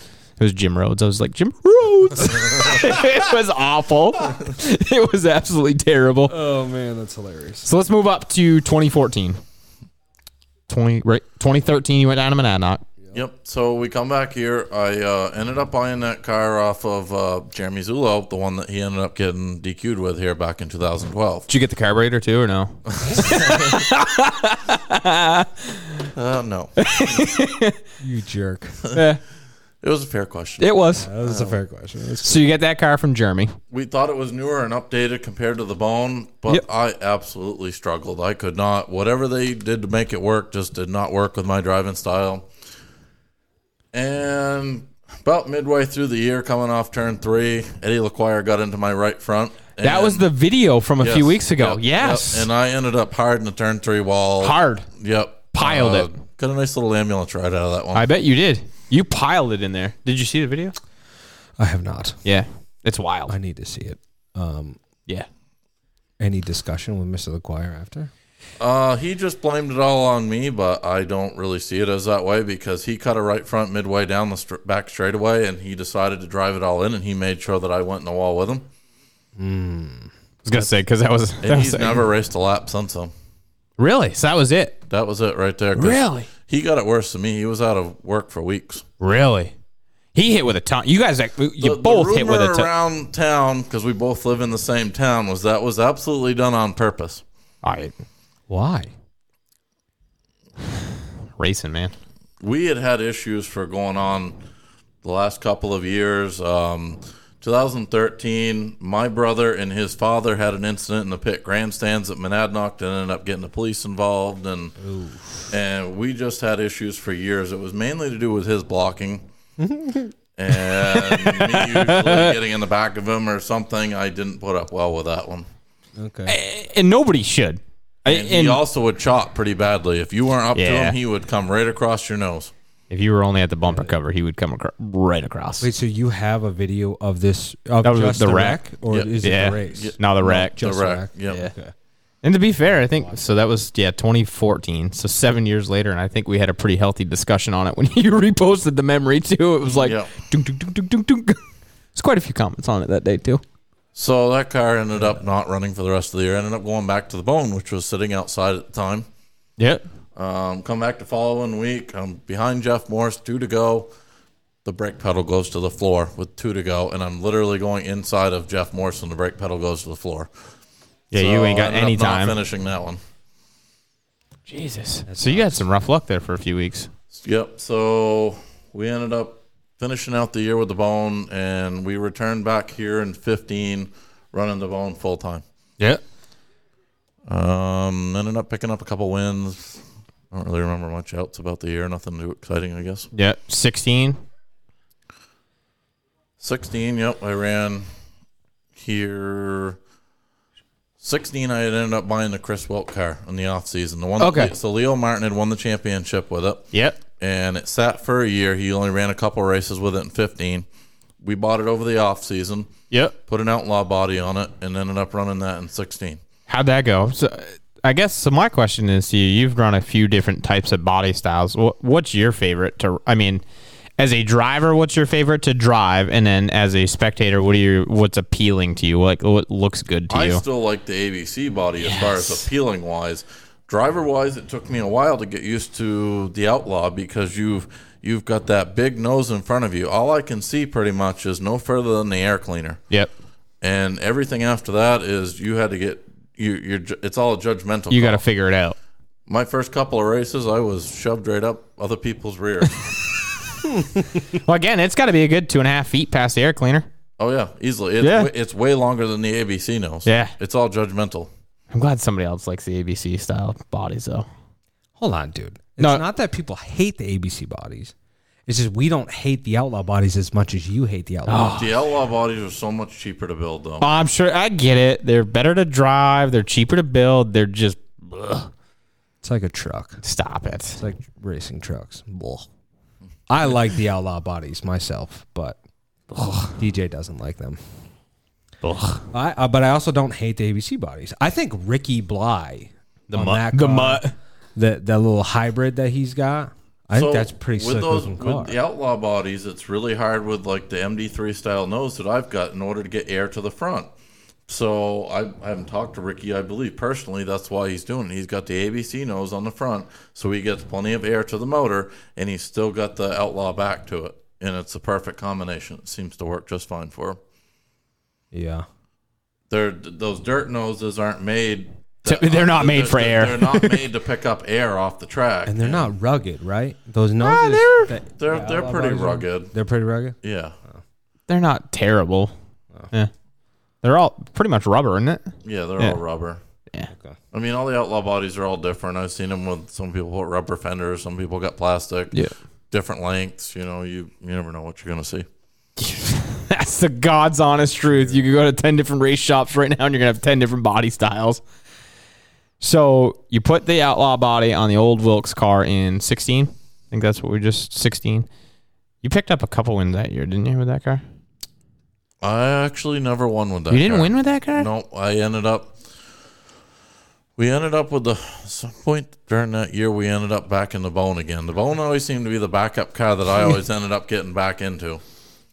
It was Jim Rhodes. I was like Jim Rhodes. it was awful. It was absolutely terrible. Oh man, that's hilarious. So let's move up to 2014. 20 right 2013 you went down to Monadnock. Yep. So we come back here. I uh, ended up buying that car off of uh, Jeremy Zulo, the one that he ended up getting DQ'd with here back in 2012. Did you get the carburetor too or no? Uh, no, You jerk. it was a fair question. It was. That was a fair question. That's- So you get that car from Jeremy. We thought it was newer and updated compared to the Bone, but Yep. I absolutely struggled. I could not. Whatever they did to make it work just did not work with my driving style. And about midway through the year, coming off turn three, Eddie LaQuire got into my right front. That was and- the video from a few Yes. weeks ago. Yep. yes. Yep. And I ended up hard in the turn three wall. Hard. Yep. Uh, Piled it. Got a nice little ambulance ride out of that one. I bet you did. You piled it in there. Did you see the video? I have not. Yeah. It's wild. I need to see it. Um, Yeah. any discussion with Mr. LaQuire after? uh, he just blamed it all on me, but I don't really see it as that way because he cut a right front midway down the str- back straightaway and he decided to drive it all in and he made sure that I went in the wall with him. I was gonna say because that was, that And was he's never raced a lap since then. really. So that was it. That was it right there. 'cause Really? He got it worse than me. He was out of work for weeks. Really, he hit with a ton. You guys, like, you the, both the hit with a rumor ton. around town because we both live in the same town was that was absolutely done on purpose. All right, Why? racing man. we had had issues for going on the last couple of years. Um, 2013, my brother and his father had an incident in the pit grandstands at Monadnock and ended up getting the police involved, and and we just had issues for years. It was mainly to do with his blocking. and me usually getting in the back of him or something, I didn't put up well with that one. Okay. And nobody should. I- And, he and- also would chop pretty badly. If you weren't up to Yeah. him, he would come right across your nose. If you were only at the bumper cover, he would come acro- right across. Wait, so you have a video of this of That was just the the, wreck? wreck, or Yeah. is yeah, it the race? now the wreck. Just the the wreck. wreck. Yep. Yeah. Okay. And to be fair, I think so. That was yeah, 2014. So seven years later, and I think we had a pretty healthy discussion on it when you reposted the memory too. It was like, Yeah. dunk, dunk, dunk, dunk, dunk, dunk. There's quite a few comments on it that day too. So that car ended up not running for the rest of the year. Ended up going back to the bone, which was sitting outside at the time. Yeah, Um, come back the following week. I'm behind Jeff Morris, two to go. The brake pedal goes to the floor with two to go, and I'm literally going inside of Jeff Morris, and the brake pedal goes to the floor. yeah, you So ain't I got ended up any not time. finishing that one. Jesus. So you had some rough luck there for a few weeks. Yep. So we ended up finishing out the year with the bone, and we returned back here in 15, running the bone full time. Yeah. Um, ended up picking up a couple wins. I don't really remember much else about the year. Nothing too exciting, I guess. Yeah. 16. 16, yep. I ran here. 16, I had ended up buying the Chris Wilt car in the off season. The one that Okay. Le- so Leo Martin had won the championship with it. Yep. and it sat for a year. He only ran a couple races with it in 15. We bought it over the off season, Yep. put an outlaw body on it, and ended up running that in 16. How'd that go? So, uh, I guess so. My question is to you: You've run a few different types of body styles. Wh- What's your favorite to? I mean, as a driver, what's your favorite to drive? And then as a spectator, what are your what's appealing to you? Like what looks good to I you? still like the ABC body as far as appealing wise. Driver wise, it took me a while to get used to the outlaw because you've you've got that big nose in front of you. All I can see pretty much is no further than the air cleaner. yep. And everything after that is you had to get you you're ju- it's all a judgmental You got call. to figure it out. My first couple of races, I was shoved right up other people's rear. Well, again, it's got to be a good two and a half feet past the air cleaner. Oh yeah, easily. It's, Yeah. Way, it's way longer than the ABC knows. Yeah. it's all judgmental. I'm glad somebody else likes the ABC style bodies though. Hold on, dude. It's No. not that people hate the ABC bodies. It's just we don't hate the outlaw bodies as much as you hate the Oh. outlaw. The outlaw bodies are so much cheaper to build though. I'm sure I get it. They're better to drive. They're cheaper to build. They're just ugh, It's like a truck. It's stop it. like racing trucks. Blah. I like the outlaw bodies myself, but DJ doesn't like them. I, uh, but I also don't hate the ABC bodies. I think Ricky Bly, the mutt- the mutt. that that little hybrid that he's got. I think that's pretty with sick those looking car. with the outlaw bodies. It's really hard with like the MD3 style nose that I've got in order to get air to the front. So I, I haven't talked to Ricky. I believe personally that's why he's doing it. He's got the ABC nose on the front, so he gets plenty of air to the motor, and he's still got the outlaw back to it, and it's a perfect combination. It seems to work just fine for him. yeah. they're those dirt noses aren't made. To- they're not made for air. They're not made to pick up air off the track. And they're not rugged, right? Those noses. that- Ah, They're Yeah, they're I'll pretty buy some. rugged. They're pretty rugged. Yeah, they're not terrible. Oh. Yeah. They're all pretty much rubber, isn't it? yeah, they're Yeah. all rubber. Yeah. I mean, all the outlaw bodies are all different. I've seen them with some people put rubber fenders, some people got plastic. Yeah. different lengths. You know, you you never know what you're gonna see. That's the God's honest truth. You could go to 10 different race shops right now and you're going to have 10 different body styles. So you put the outlaw body on the old Wilkes car in 16. I think that's what we just 16. You picked up a couple wins that year, didn't you, with that car? I actually never won with that. You didn't car. win with that car? No, I ended up. We ended up with the some point during that year. We ended up back in the bone again. The bone always seemed to be the backup car that I always ended up getting back into.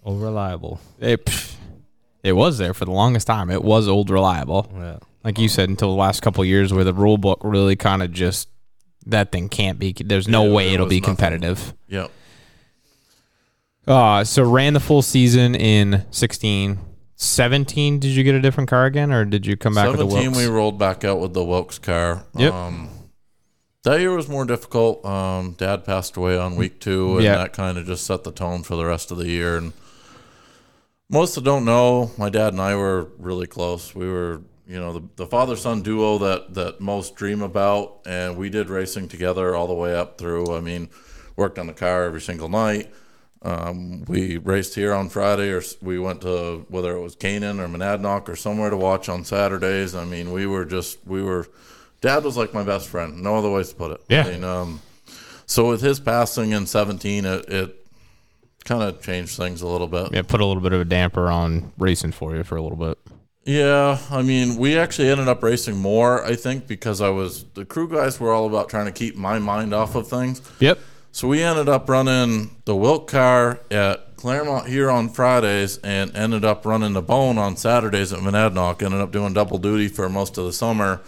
Oh, reliable. It, pff, it was there for the longest time. It was old reliable. Yeah. like you said, until the last couple of years where the rule book really kind of just that thing can't be. There's no Yeah, way there it'll was be nothing. competitive. Yep. Uh, so ran the full season in 16. 17, did you get a different car again, or did you come back with the Seventeen, Wilkes? we rolled back out with the Wilkes car. Yep. Um, that year was more difficult. Um, Dad passed away on week two, and Yeah. that kind of just set the tone for the rest of the year. And most that don't know, my dad and I were really close. We were, you know, the, the father son duo that that most dream about, and we did racing together all the way up through. I mean, worked on the car every single night. Um, we raced here on Friday, or s- we went to whether it was Canaan or Monadnock or somewhere to watch on Saturdays. I mean, we were just we were. Dad was like my best friend. No other ways to put it. Yeah. I mean, um, So with his passing in 17, it, it kind of changed things a little bit. Yeah, put a little bit of a damper on racing for you for a little bit. Yeah, I mean, we actually ended up racing more, I think, because I was the crew guys were all about trying to keep my mind off of things. Yep. So we ended up running the Wilk car at Claremont here on Fridays and ended up running the Bone on Saturdays at Monadnock. Ended up doing double duty for most of the summer.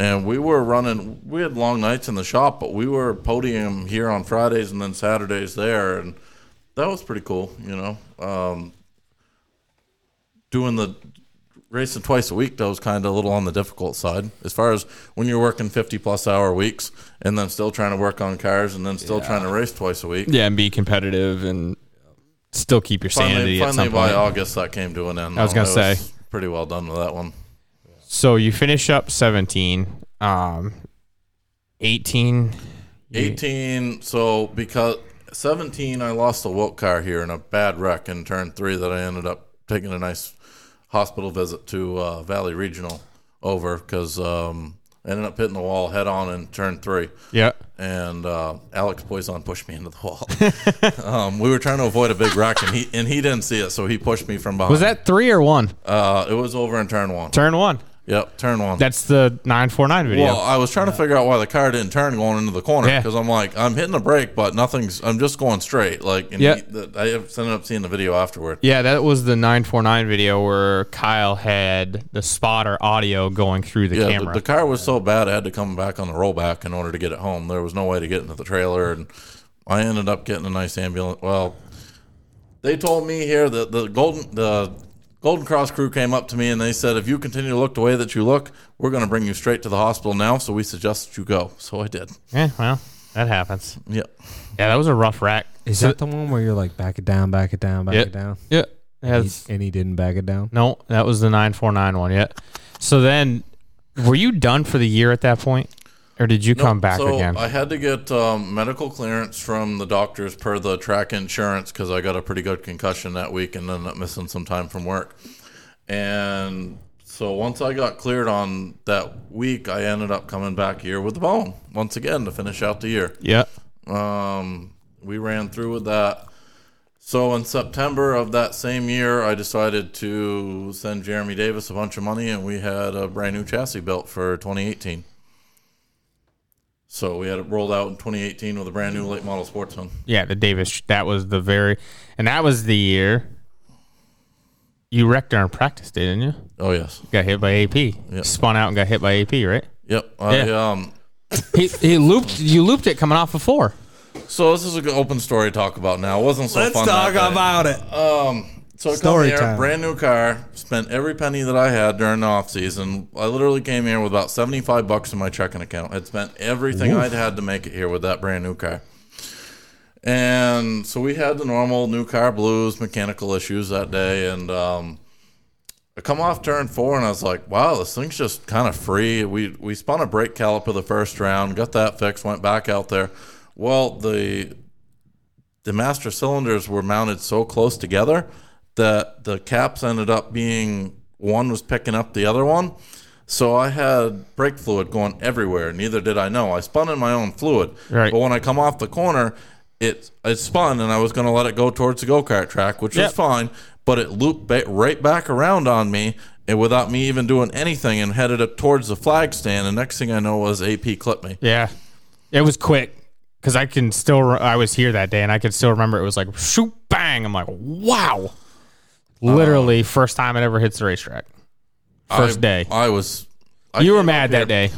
And we were running, we had long nights in the shop, but we were podium here on Fridays and then Saturdays there. And that was pretty cool, you know. Um, doing the racing twice a week, that was kind of a little on the difficult side. As far as when you're working 50 plus hour weeks and then still trying to work on cars and then still trying to race twice a week. Yeah, and be competitive and still keep your Finally, sanity at finally some by point. August, that came to an end. I was though. gonna I say. pretty well done with that one. So you finish up 17, um, 18. 18 so because 17 i lost a wilt car here in a bad wreck in turn three that i ended up taking a nice hospital visit to uh, valley regional over because um, i ended up hitting the wall head on in turn three Yeah. and uh, alex poison pushed me into the wall um, we were trying to avoid a big wreck and he and he didn't see it so he pushed me from behind Was that three or one? uh, it was over in turn one Turn one. yep turn one That's the 949 video. well, I was trying to figure out why the car didn't turn going into the corner Yeah. because I'm like, I'm hitting the brake, but nothing's. I'm just going straight. Like, and Yeah. he- the, I have- ended up seeing the video afterward. yeah, that was the 949 video where Kyle had the spotter audio going through the Yeah, the, camera. the car was so bad, I had to come back on the rollback in order to get it home. There was no way to get into the trailer, and I ended up getting a nice ambulance. Well, they told me here that the golden the Golden Cross crew came up to me and they said, if you continue to look the way that you look, we're going to bring you straight to the hospital now. So we suggest that you go. So I did. yeah, well, that happens. Yep. Yeah, that was a rough rack. Is that the one where you're like back it down, back it down, back Yeah. it down? Yeah. That's, And he didn't back it down. no, that was the 949 one. Yeah. So then, were you done for the year at that point? Or did you come back so again? I had to get um, medical clearance from the doctors per the track insurance because I got a pretty good concussion that week and ended up missing some time from work. And so once I got cleared on that week, I ended up coming back here with the bone once again to finish out the year. yeah. Um, we ran through with that. So in September of that same year, I decided to send Jeremy Davis a bunch of money, and we had a brand new chassis built for 2018. So we had it rolled out in 2018 with a brand new late model sportsman. Yeah, the Davis. That was the very, and that was the year you wrecked during practice, day, didn't you? Oh yes, Got hit by AP. Spun out and got hit by AP, right? yep. I, Yeah. um, He, he looped. You looped it coming off of four. so this is an open story to talk about now. It wasn't so fun. that day. Um, it. So I come Story here, time. brand new car, spent every penny that I had during the off season. I literally came here with about seventy five bucks in my checking account. Had spent everything I'd had to make it here with that brand new car. And so we had the normal new car blues, mechanical issues that day, and um, I come off turn four, and I was like, "Wow, this thing's just kind of free." We we spun a brake caliper the first round, got that fixed, went back out there. Well, the the master cylinders were mounted so close together that the caps ended up being one was picking up the other one. So I had brake fluid going everywhere. Neither did I know. I spun in my own fluid, Right. but when I come off the corner, it it spun, and I was going to let it go towards the go kart track, which Yep. was fine. But it looped ba- right back around on me, and without me even doing anything, and headed up towards the flag stand. And next thing I know, was AP clipped me. Yeah, it was quick because I can still. Re- I was here that day and I can still remember. It was like shoot, bang. I'm like, wow. Literally, first time it ever hits the racetrack. First I- day. I was. I you were came mad up here- that day.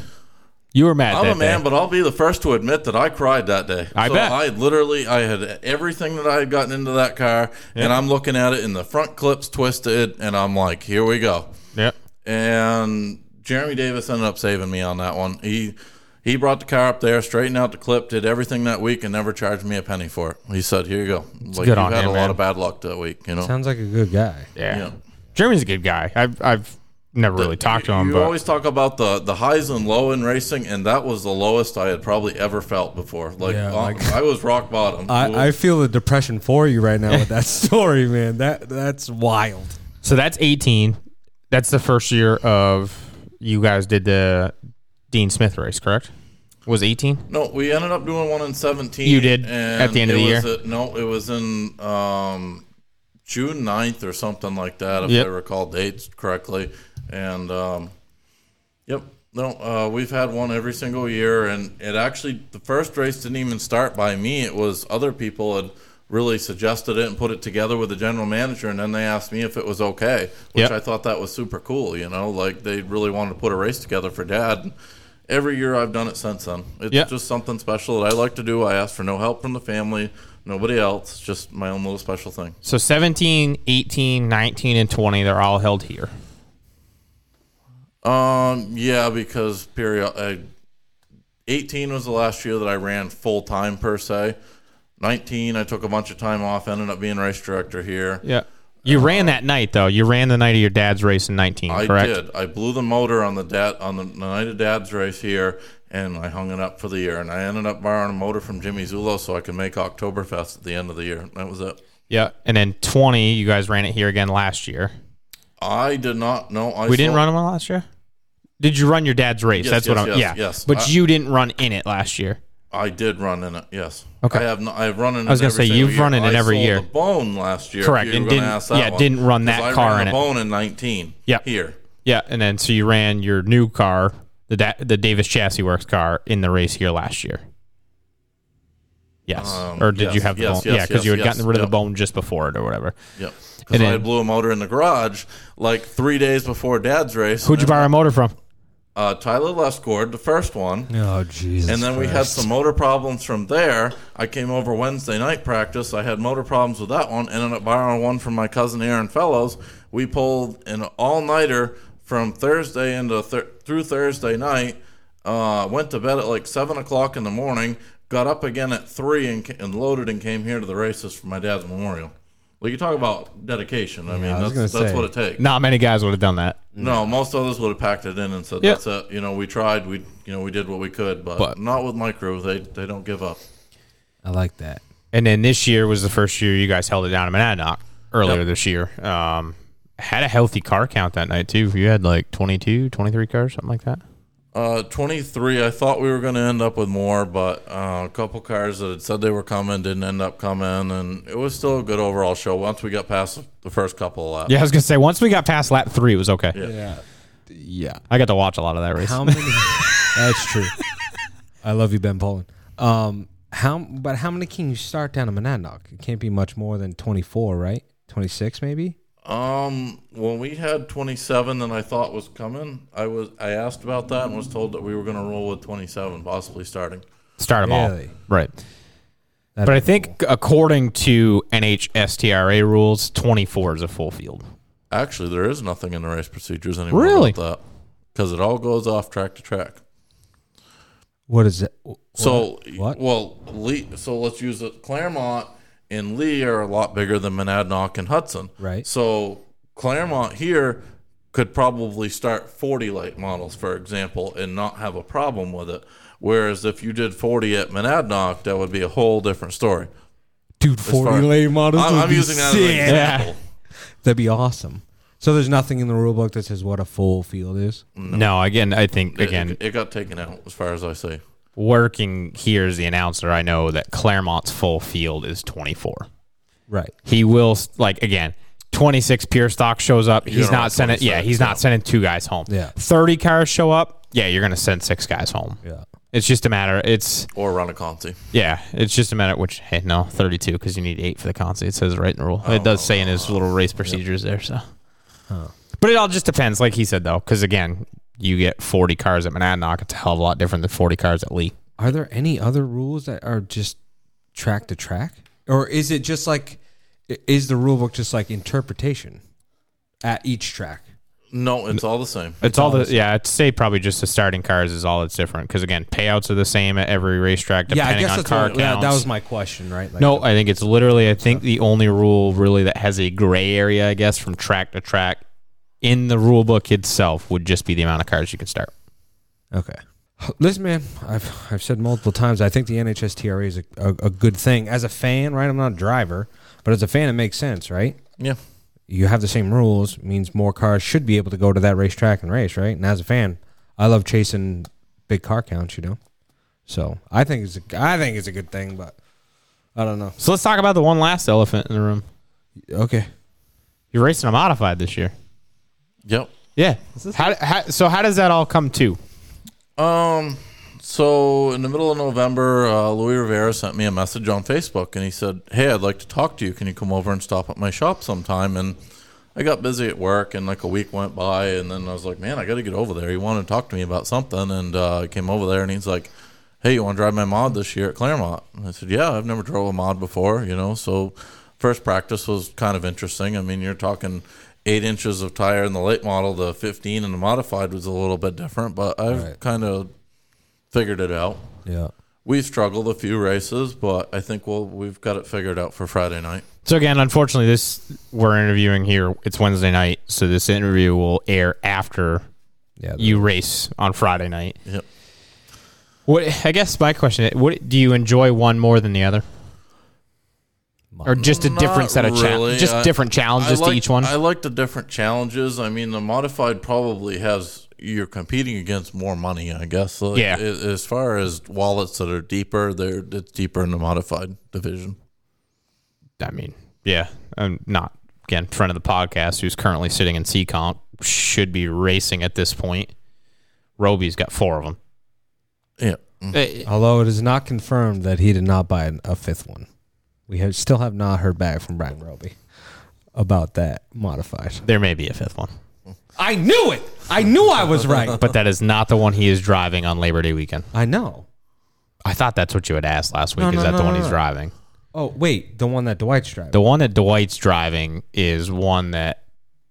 You were mad. I'm that a man, day. but I'll be the first to admit that I cried that day. I bet. I literally, I had everything that I had gotten into that car, and I'm looking at it, and the front clips twisted, and I'm like, here we go. Yep. And Jeremy Davis ended up saving me on that one. He he brought the car up there, straightened out the clip, did everything that week, and never charged me a penny for it. He said, here you go. Like, good you on had him, a man. lot of bad luck that week, you know. Sounds like a good guy. Yeah. Yeah. Jeremy's a good guy. I've I've never really talked to him, You but always talk about the the highs and low in racing, and that was the lowest I had probably ever felt before. Like, Yeah, um, like- I was rock bottom. I, I feel the depression for you right now with that story, man. That that's wild. So that's 18. That's the first year of you guys did the Dean Smith race, correct? was 18. No, we ended up doing one in 17. You did, and at the end of it the was year. a- no, it was in um, June 9th or something like that, if Yep. I recall dates correctly. And um, yep, no, uh, we've had one every single year. And it actually, the first race didn't even start by me, it was other people had really suggested it and put it together with the general manager. And then they asked me if it was okay, which Yep. I thought that was super cool. You know, like they really wanted to put a race together for dad. Every year I've done it since then. It's Yeah. just something special that I like to do. I ask for no help from the family, nobody else, just my own little special thing. So 17, 18, 19, and 20, they're all held here. Um, yeah, because period. Uh, 18 was the last year that I ran full time per se. 19, I took a bunch of time off, ended up being race director here. Yeah. You ran that night, though. You ran the night of your dad's race in 19, I correct? did. I blew the motor on the dad on the night of Dad's race here, and I hung it up for the year. And I ended up borrowing a motor from Jimmy Zulo so I could make Oktoberfest at the end of the year. That was it. Yeah. And then 20, you guys ran it here again last year. I did not know. I We didn't saw- run one last year? Did you run your dad's race? Yes, That's what yes, I'm. yes, yeah. yes. But I- you didn't run in it last year. I did run in it. Yes. Okay. I have. No, I've run in. I was it gonna every say, single you've run year. in it I every sold year. The bone last year. if Correct, you were and gonna didn't- ask that yeah, one. didn't run 'Cause that I car ran in the it. Bone in nineteen. Yeah. Here. Yeah. And then so you ran your new car, the da- the Davis Chassis Works car, in the race here last year. Yes. Um, or did you yes, have the yes, bone? yes, yeah, because you had yes, gotten rid of yes. the bone just before it or whatever. Yep. And Because I then- blew a motor in the garage like three days before Dad's race. Who'd you borrow a motor from? Uh, Tyler Lescord, the first one. Oh Jesus! And then we had some motor problems from there. I came over Wednesday night practice. I had motor problems with that one. Ended up borrowing one from my cousin Aaron Fellows. We pulled an all nighter from Thursday into th- through Thursday night. Uh, went to bed at like seven o'clock in the morning. Got up again at three and, ca- and loaded and came here to the races for my dad's memorial. Well, you talk about dedication. I mean, I was that's, gonna that's say. what it takes. Not many guys would have done that. No, most others would have packed it in and said, Yeah. "That's it." You know, we tried. We, you know, we did what we could, but, But- not with my crew. They they don't give up. I like that. And then this year was the first year you guys held it down in Monadnock earlier Yep. this year. Um, had a healthy car count that night too. You had like 22, 23 cars, something like that. Uh, twenty three. I thought we were going to end up with more, but uh, a couple cars that had said they were coming didn't end up coming, and it was still a good overall show. Once we got past the first couple of laps, Yeah, I was gonna say once we got past lap three, it was okay. Yeah. Yeah. I got to watch a lot of that race. How many? that's true. I love you, Ben Poland. Um, how? But how many can you start down in Monadnock? It can't be much more than twenty four, right? Twenty six, maybe. Um, when we had twenty seven that I thought was coming, I was I asked about that and was told that we were going to roll with twenty seven, possibly starting. Start them all. Really? Right. That'd But I be cool. think according to NHSTRA rules, 24 is a full field. Actually, there is nothing in the race procedures anymore. Really? About that. Because it all goes off track to track. What is it? So, What? well, Lee, so let's use it. Claremont and Lee are a lot bigger than Monadnock and Hudson. Right. So, Claremont here could probably start 40 late models, for example, and not have a problem with it. Whereas if you did 40 at Monadnock, that would be a whole different story. Dude, As far- forty lay models. I'm, would I'm be using that as an sick. example. That'd be awesome. So there's nothing in the rule book that says what a full field is. Mm. No, again, I think, It- again, it, got taken out, as far as I see. working here as the announcer, I know that Claremont's full field is 24. Right. He will, s- like, again, 26 pure stock shows up. He's gonna run not sending, yeah, 26, he's yeah. not sending two guys home. Yeah. 30 cars show up. Yeah, you're going to send six guys home. Yeah. It's just a matter, it's, Or run a Conti. Yeah, it's just a matter which hey no thirty two because you need eight for the constant. It says right in the rule. it does say in his little race procedures there. So, but it all just depends, like he said though, because again, you get forty cars at Monadnock. It's a hell of a lot different than forty cars at Lee. Are there any other rules that are just track to track, or is it just like i- is the rule book just like interpretation at each track? No, it's all the same. It's, all the yeah. I'd say probably just the starting cars is all that's different because again, payouts are the same at every racetrack depending on car what, yeah, that counts. was my question, right? Like, No, I think it's literally. I think the only rule really that has a gray area, I guess, from track to track in the rule book itself would just be the amount of cars you can start. Okay. Listen, man, I've I've said multiple times. I think the NHSTRA is a, a, a good thing as a fan, right? I'm not a driver, but as a fan, it makes sense, right? Yeah. You have the same rules, means more cars should be able to go to that racetrack and race, right? And as a fan, I love chasing big car counts, you know. So I think it's a, I think it's a good thing, but I don't know. So let's talk about the one last elephant in the room. Okay. You're racing a modified this year. Yep. Yeah. How, how, so how does that all come to? Um, so in the middle of November, uh, Louis Rivera sent me a message on Facebook, and he said, "Hey, I'd like to talk to you. Can you come over and stop at my shop sometime?" And I got busy at work, and like a week went by, and then I was like, "Man, I got to get over there." He wanted to talk to me about something, and uh, I came over there, and he's like, "Hey, you want to drive my mod this year at Claremont?" And I said, "Yeah, I've never drove a mod before, you know." So first practice was kind of interesting. I mean, you're talking eight inches of tire in the late model, the 15 in the modified was a little bit different, but I've kind of figured it out. Yeah. We've struggled a few races, but I think we'll, we've got it figured out for Friday night. So again, unfortunately, this we're interviewing here. It's Wednesday night, so this interview will air after Yeah. you race on Friday night. Yep. What I guess my question: is, What do you enjoy one more than the other, or just a different Not set of really. challenges? Just I- different challenges I like, to each one. I like the different challenges. I mean, the modified probably has you're competing against more money, I guess. Like, Yeah. a- As far as wallets that are deeper, they're it's deeper in the modified division. I mean, yeah, I'm not again friend of the podcast who's currently sitting in C comp should be racing at this point. Roby's got four of Eh, them. Yeah. Although it is not confirmed that he did not buy an- a fifth one, we have, still have not heard back from Brian Roby about that modified. There may be a fifth one, I knew it. I knew I was right. but that is not the one he is driving on Labor Day weekend. I know. I thought that's what you had asked last week. No, is no, that no, the one no, he's no. driving? Oh wait, the one that Dwight's driving. The one that Dwight's driving is one that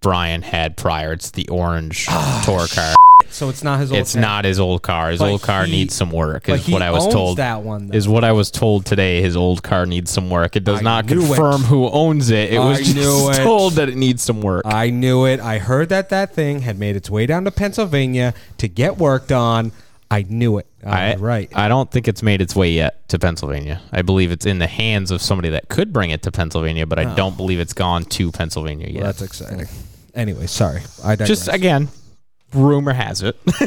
Brian had prior. It's the orange tour car. so it's not his. Old It's car. not his old car. His Ah, But old car he- needs some work. but Is he what I was owns told. that one, though. is what I was told today. His old car needs some work. It does I not knew it. confirm who owns it. It was I knew just it. Ah, told that it needs some work. I knew it. I heard that that thing had made its way down to Pennsylvania to get worked on. I knew it. I, I, was right. I don't think it's made its way yet to Pennsylvania. I believe it's in the hands of somebody that could bring it to Pennsylvania, but I don't believe it's gone to Pennsylvania yet. Ah. That's exciting. Anyway, sorry. I digress. just again, rumor has it.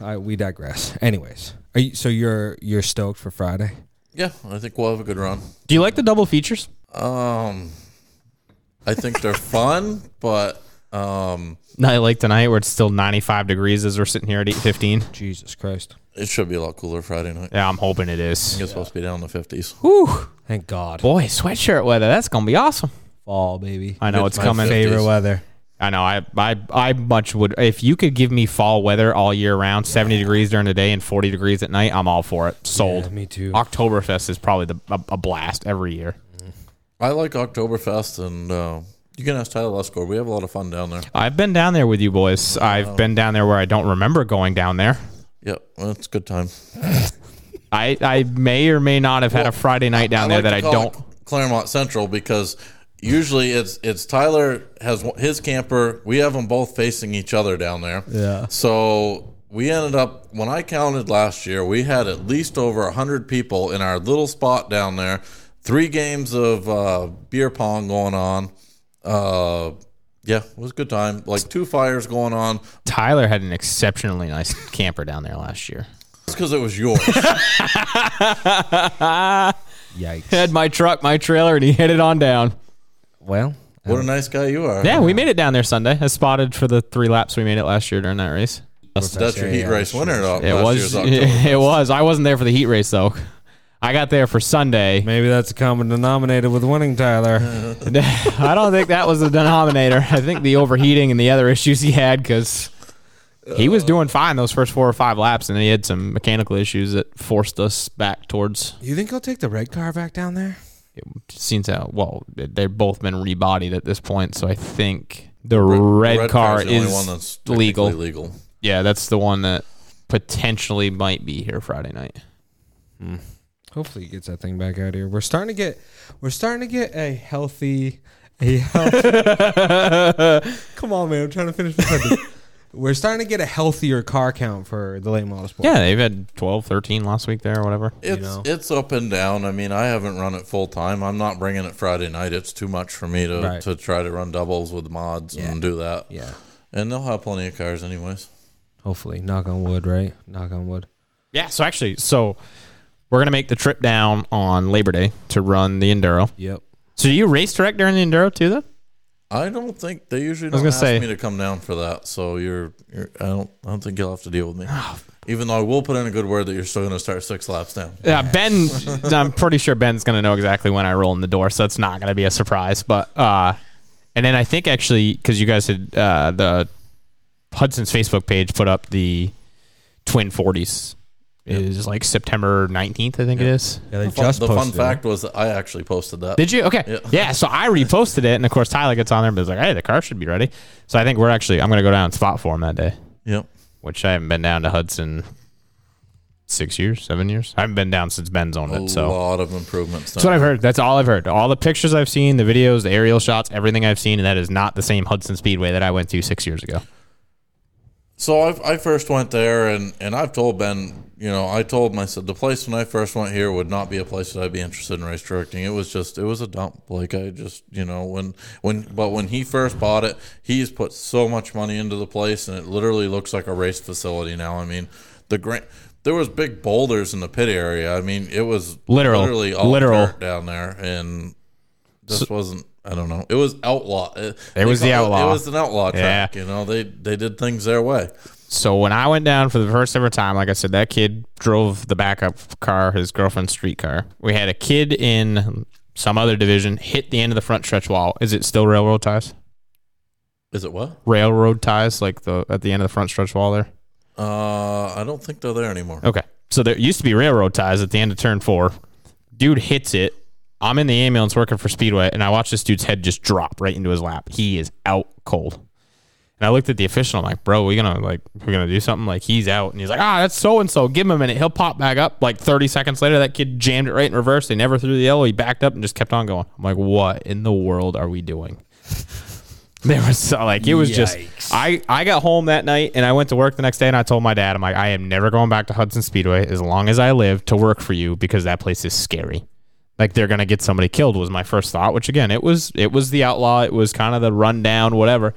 I, we digress. Anyways, are you, so you're you're stoked for Friday? Yeah. I think we'll have a good run. Do you like the double features? Um, I think they're fun, but um, Night like tonight, where it's still 95 degrees as we're sitting here at 8:15. Jesus Christ! it should be a lot cooler Friday night. Yeah, I'm hoping it is. It's supposed to be down in the fifties. Whew. Thank God. Boy, sweatshirt weather. That's gonna be awesome. Fall, baby. I know it's, my coming. favorite. Favorite Yes. weather. I know. I, I I much would if you could give me fall weather all year round, 70 degrees during the day and 40 degrees at night. I'm all for it. Sold. Yeah, me too. Oktoberfest is probably the, a, a blast every year. I like Oktoberfest, and uh, you can ask Tyler Lescore. We have a lot of fun down there. I've been down there with you boys. I've been down there where I don't remember going down there. Yep, well, it's a good time. I, I may or may not have had a Friday night down there like that to I call don't. it Claremont Central because usually it's it's Tyler has one- his camper. We have them both facing each other down there. Yeah. So we ended up when I counted last year, we had at least over hundred people in our little spot down there. Three games of uh, beer pong going on. Uh, yeah, it was a good time. Like two fires going on. Tyler had an exceptionally nice camper down there last year. It's because it was yours. Yikes. Had my truck, my trailer, and he hit it on down. well, what a nice guy you are. Yeah, we made it down there Sunday. I spotted for the three laps we made it last year during that race. That's your heat race winner. though, It last was year's October. it was. I wasn't there for the heat race though. I got there for Sunday. maybe that's a common denominator with winning, Tyler. I don't think that was the denominator. I think the overheating and the other issues he had because he Uh, was doing fine those first four or five laps, and then he had some mechanical issues that forced us back towards. you think he'll take the red car back down there? Seems how well they've both been rebodied at this point, so I think the red, Red car car's the only is one that's technically legal. legal. Yeah, that's the one that potentially might be here Friday night. Hopefully he gets that thing back out here. We're starting to get we're starting to get a healthy a healthy Come on man, I'm trying to finish my sentence. We're starting to get a healthier car count for the late model sport. Yeah, they've had 12, 13 last week there or whatever. It's know? it's up and down. I mean, I haven't run it full time. I'm not bringing it Friday night. It's too much for me to, Right. to try to run doubles with mods and do that. Yeah. And they'll have plenty of cars anyways. Hopefully. Knock on wood, right? Knock on wood. Yeah. So actually, so we're gonna make the trip down on Labor Day to run the enduro. Yep. So do you race direct during the enduro too, though? I don't think they usually don't gonna ask say- me to come down for that. So you're, you're I don't I don't think you'll have to deal with me. Ah. Even though I will put in a good word that you're still going to start six laps down. Yeah, Ben. I'm pretty sure Ben's gonna know exactly when I roll in the door, so it's not gonna be a surprise. But uh, and then I think actually because you guys had uh, the Hudson's Facebook page put up the twin forties is like September 19th, I think it is. Yeah, they Fun- just the fun posted it. fact was that I actually posted that. Did you? Okay. Yeah. So I reposted it, and of course Tyler gets on there and is like, "Hey, the car should be ready." So I think we're actually I'm gonna go down and spot for him that day, Yep. which I haven't been down to Hudson six years, seven years. I haven't been down since Ben's owned A it. So lot of improvements. That's what I've heard. That's all I've heard. All the pictures I've seen, the videos, the aerial shots, everything I've seen, and that is not the same Hudson Speedway that I went to six years ago. So I, I first went there, and, and I've told Ben, you know, I told him, I said, the place when I first went here would not be a place that I'd be interested in race directing. It was just, it was a dump. Like, I just, you know, when, when, but when he first bought it, he's put so much money into the place, and it literally looks like a race facility now. I mean, the grand, there was big boulders in the pit area. I mean, it was Literal. literally all Literal. dirt down there, and this wasn't. I don't know. It was outlaw. It, was the outlaw. It was an outlaw Yeah. track. You know, they they did things their way. So when I went down for the first ever time, like I said, that kid drove the backup car, his girlfriend's street car. We had a kid in some other division hit the end of the front stretch wall. Is it still railroad ties? Is it what? Railroad ties, like the at the end of the front stretch wall there. Uh, I don't think they're there anymore. Oh. Okay. So there used to be railroad ties at the end of turn four. Dude hits it. I'm in the ambulance working for Speedway, and I watch this dude's head just drop right into his lap. He is out cold. And I looked at the official. I'm like, bro, we gonna like we're gonna do something. Like he's out, and he's like, ah, that's so and so. Give him a minute. He'll pop back up. Like 30 seconds later, that kid jammed it right in reverse. They never threw the yellow. He backed up and just kept on going. I'm like, what in the world are we doing? There was so, like it was just I I got home that night and I went to work the next day and I told my dad I'm like I am never going back to Hudson Speedway as long as I live to work for you because that place is scary. Like they're gonna get somebody killed was my first thought, which again it was it was the outlaw, it was kind of the rundown, whatever.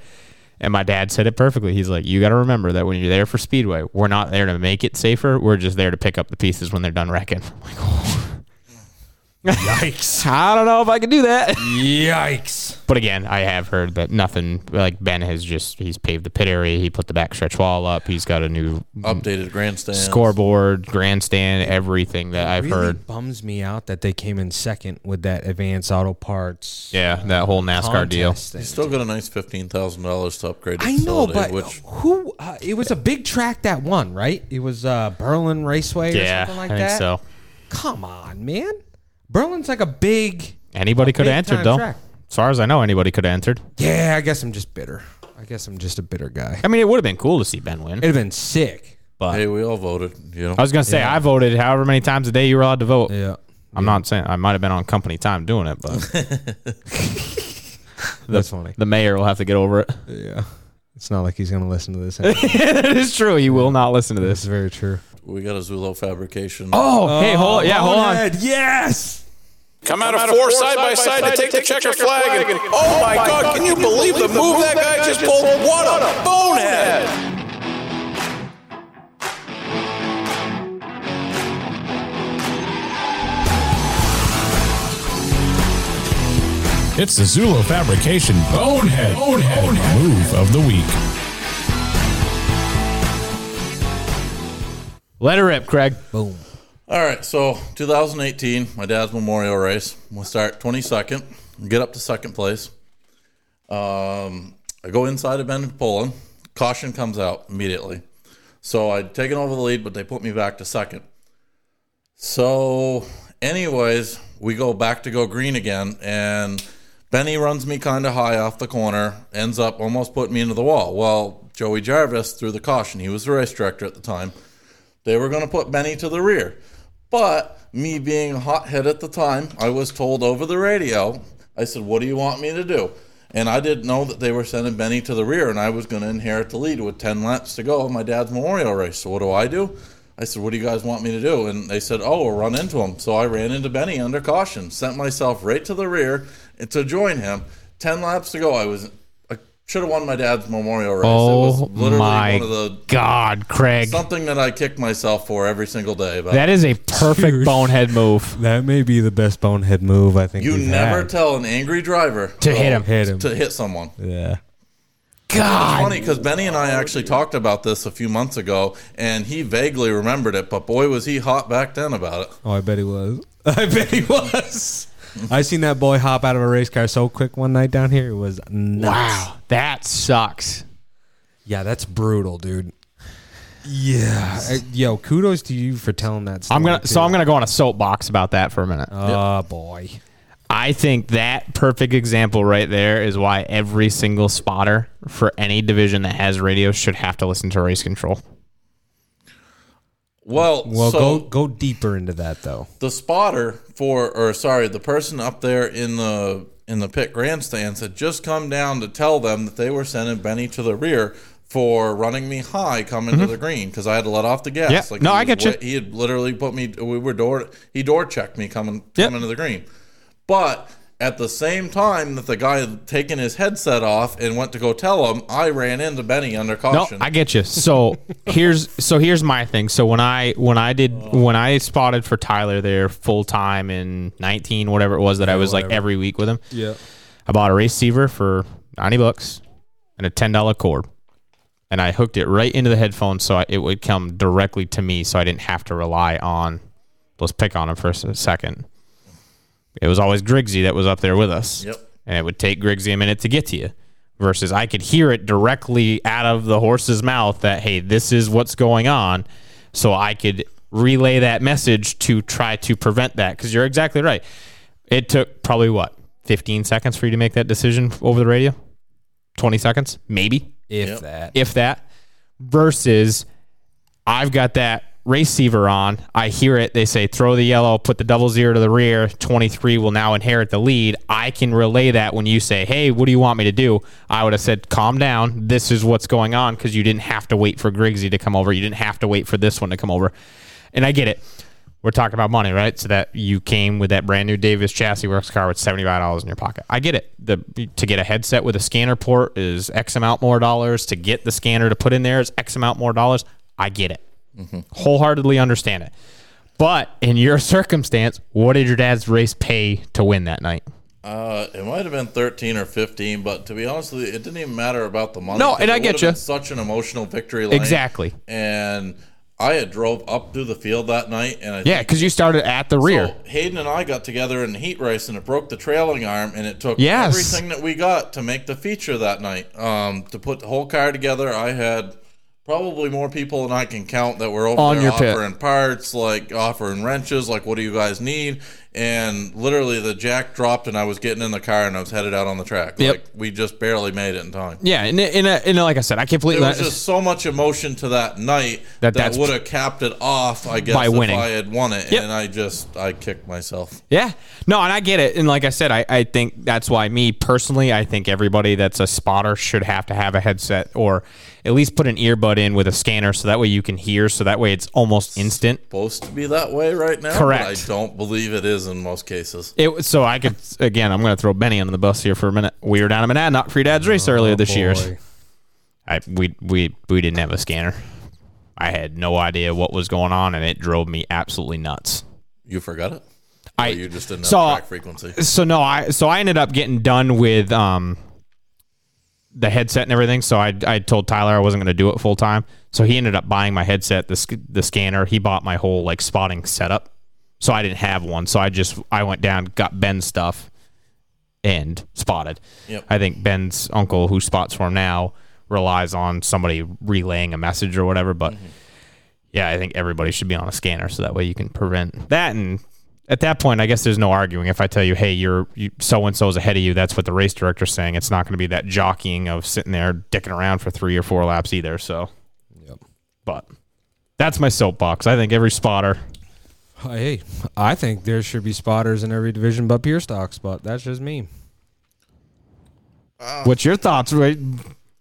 And my dad said it perfectly. He's like, You gotta remember that when you're there for Speedway, we're not there to make it safer, we're just there to pick up the pieces when they're done wrecking. I'm like, Yikes. I don't know if I can do that. Yikes! But again, I have heard that nothing like Ben has just he's paved the pit area, he put the back stretch wall up, he's got a new Updated grandstand. scoreboard, grandstand, everything that I've Really heard. bums me out that they came in second with that Advanced Auto Parts. Yeah, that whole NASCAR deal. contest thing. You still got a nice fifteen thousand dollars to upgrade. The I know, facility, but which who? Uh, it was a big track that won, right? It was uh, Berlin Raceway or Yeah, something like I think that. so. Come on, man. Berlin's like a big. Anybody could have big-time entered though. track. As far as I know, anybody could have entered. Yeah, I guess I'm just bitter. I guess I'm just a bitter guy. I mean, it would have been cool to see Ben win. It'd have been sick. hey, we all voted. You know, Uh, I was gonna say I voted however many times a day you were allowed to vote. Yeah. I'm not saying I might have been on company time doing it, but That's funny. the mayor will have to get over it. Yeah. It's not like he's going to listen to this. anyway. it is true. He will not listen to That's this. very true. we got a Zulo fabrication. Oh, hey, hold yeah, hold on. Yes. Come out of four side by side to take the checker flag. And oh my God, can you believe the move that guy just pulled? What a bonehead! It's the Zulu Fabrication Bonehead, Bonehead, Move of the Week. Let her rip, Craig. Boom. All right, so 2018, my dad's memorial race. We'll start 22nd, get up to second place. Um, I go inside of Ben Pullen. Caution comes out immediately. So I'd taken over the lead, but they put me back to second. So, anyways, we go back to go green again, and Benny runs me kind of high off the corner, ends up almost putting me into the wall. Well, Joey Jarvis threw the caution. He was the race director at the time. They were going to put Benny to the rear. But me being a hothead at the time, I was told over the radio, I said, What do you want me to do? And I didn't know that they were sending Benny to the rear and I was going to inherit the lead with 10 laps to go of my dad's memorial race. So what do I do? I said, What do you guys want me to do? And they said, Oh, we'll run into him. So I ran into Benny under caution, sent myself right to the rear to join him. 10 laps to go. I was a Should have won my dad's memorial race. it Oh was literally my one of the God, Craig. something that I kick myself for every single day. But That is a perfect Dude. bonehead move That may be the best bonehead move I think you we've never had. tell an angry driver to hit him. hit him. to hit someone. yeah. God. Funny because Benny and I actually talked about this a few months ago, and he vaguely remembered it. But boy, was he hot back then about it. Oh, I bet he was. I bet he was. I seen that boy hop out of a race car so quick one night down here. It was nuts. Wow. That sucks. Yeah, that's brutal, dude. Yeah. Uh, Yo, kudos to you for telling that story. I'm gonna so too. I'm gonna go on a soapbox about that for a minute. Oh, boy. I think that perfect example right there is why every single spotter for any division that has radio should have to listen to race control. Well, Well, so go go deeper into that though. the spotter for or sorry the person up there in the in the pit grandstands had just come down to tell them that they were sending benny to the rear for running me high coming to the green because i had to let off the gas Mm-hmm. Yeah. No, he I was get you. wa- he had literally put me we were door he door checked me coming Yep. coming to the green but at the same time that the guy had taken his headset off and went to go tell him i ran into benny under No, caution I get you. So here's so here's my thing. So when I when I did when I spotted for Tyler there full time in 19 whatever it was that I was like every week with him. Yeah. I bought a receiver for 90 bucks and a $10 cord. And I hooked it right into the headphone so I, it would come directly to me so I didn't have to rely on, let's pick on him for a s- second. It was always Grigsy that was up there with us. Yep. And it would take Grigsy a minute to get to you versus I could hear it directly out of the horse's mouth that, hey, this is what's going on. So I could relay that message to try to prevent that because you're exactly right. It took probably what, 15 seconds for you to make that decision over the radio? 20 seconds, maybe, If that. if that, versus I've got that receiver on. I hear it. They say throw the yellow, put the double zero to the rear. 23 will now inherit the lead. I can relay that when you say, hey, what do you want me to do? I would have said, calm down. This is what's going on because you didn't have to wait for Grigsy to come over. You didn't have to wait for this one to come over. And I get it. We're talking about money, right? So that you came with that brand new Davis chassis works car with seventy five dollars in your pocket. I get it. The to get a headset with a scanner port is X amount more dollars. To get the scanner to put in there is X amount more dollars. I get it wholeheartedly understand it. But in your circumstance, what did your dad's race pay to win that night? Uh, it might have been thirteen or fifteen, but to be honest with you, it didn't even matter about the money. No, 'cause and it I would get have ya. been Such an emotional victory lane. Exactly. And I had drove up through the field that night, and I Yeah, because you started at the rear. so Hayden and I got together in the heat race, and it broke the trailing arm, and it took Yes. everything that we got to make the feature that night. Um, to put the whole car together, I had probably more people than I can count that were over On there your pit. offering parts, like offering wrenches, like what do you guys need? And literally, the jack dropped, and I was getting in the car, and I was headed out on the track. Yep. Like we just barely made it in time. yeah, and, and, and like I said, I completely There was just so much emotion to that night That that, that's- would have capped it off. I guess By if winning. I had won it, Yep. and I just I kicked myself. Yeah. No, and I get it. And like I said, I, I think that's why me personally, I think everybody that's a spotter should have to have a headset or at least put an earbud in with a scanner so that way you can hear. So that way it's almost instant. supposed to be that way right now. Correct. But I don't believe it is in most cases. It was- so I could again. I'm going to throw Benny under the bus here for a minute. We were down in Monadnock for your dad's race earlier this year. Oh, Boy. I we we we didn't have a scanner. I had no idea what was going on, and it drove me absolutely nuts. You forgot it? I Or you Oh, just didn't have so uh, track frequency. so no, I so I ended up getting done with um the headset and everything. So I I told Tyler I wasn't going to do it full time. So he ended up buying my headset, the sc- the scanner. He bought my whole like spotting setup. So I didn't have one. So I just I went down, got Ben's stuff, and spotted. Yep. I think Ben's uncle, who spots for him now, relies on somebody relaying a message or whatever. But yeah, I think everybody should be on a scanner so that way you can prevent that. And at that point, I guess there's no arguing. If I tell you, hey, you're so and so's ahead of you, that's what the race director's saying. It's not going to be that jockeying of sitting there dicking around for three or four laps either. So, but that's my soapbox. I think every spotter. Hey, I think there should be spotters in every division but beer stocks, but that's just me. What's your thoughts? Right,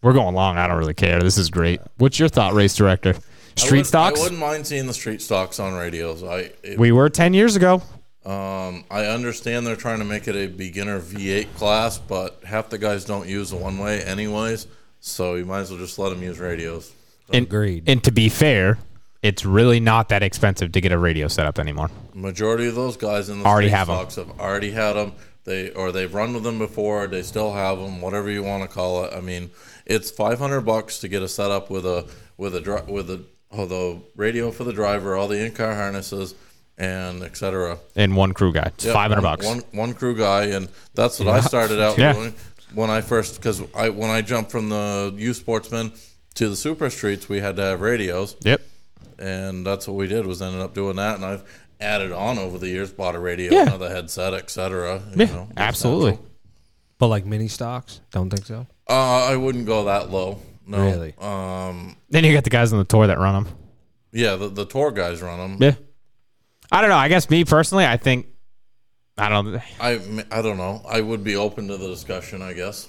we're going long. I don't really care. This is great. What's your thought, race director? I Street wouldn't- stocks. I wouldn't mind seeing the street stocks on radios. I it, We were ten years ago. Um, I understand they're trying to make it a beginner V8 class, but half the guys don't use the one way anyways, so you might as well just let them use radios. And, Agreed. And to be fair, it's really not that expensive to get a radio set up anymore. Majority of those guys in the Already Space have 'em. Fox have already had them. They or they've run with them before. They still have them, whatever you want to call it. I mean, it's five hundred bucks to get a setup with a with a dri- with a oh, the radio for the driver, all the in car harnesses, and etc. And one crew guy, it's Yeah, five hundred one- bucks. One, one crew guy, and that's what I started out Yeah. doing when I first because I when I jumped from the U Sportsman to the Super Streets, we had to have radios, Yep. and that's what we did was ended up doing that, and I've added on over the years, bought a radio, Yeah. another headset, etc. Yeah, absolutely. But like mini stocks, don't think so. Uh, I wouldn't go that low. No. Really? Um. Then you got the guys on the tour that run them. Yeah. The, the tour guys run them. Yeah. I don't know. I guess me personally, I think I don't. I I don't know. I would be open to the discussion, I guess.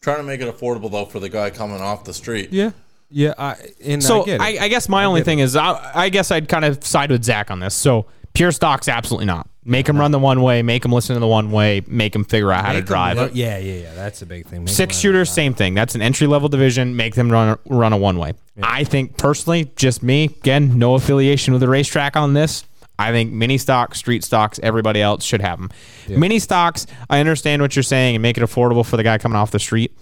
Trying to make it affordable though for the guy coming off the street. Yeah. Yeah. I, and So I get it. I, I, guess my only thing is I, I guess I'd kind of side with Zach on this. So pure stocks, absolutely not. Make them run the one way. Make them listen to the one way. Make them figure out how to 'em drive. learn- yeah, yeah, yeah. That's a big thing. Make Six one- shooters, same thing. That's an entry level division. Make them run run a one way. I think personally, just me again, no affiliation with the racetrack on this. I think mini stocks, street stocks, everybody else should have them. Mini stocks, I understand what you're saying and make it affordable for the guy coming off the street.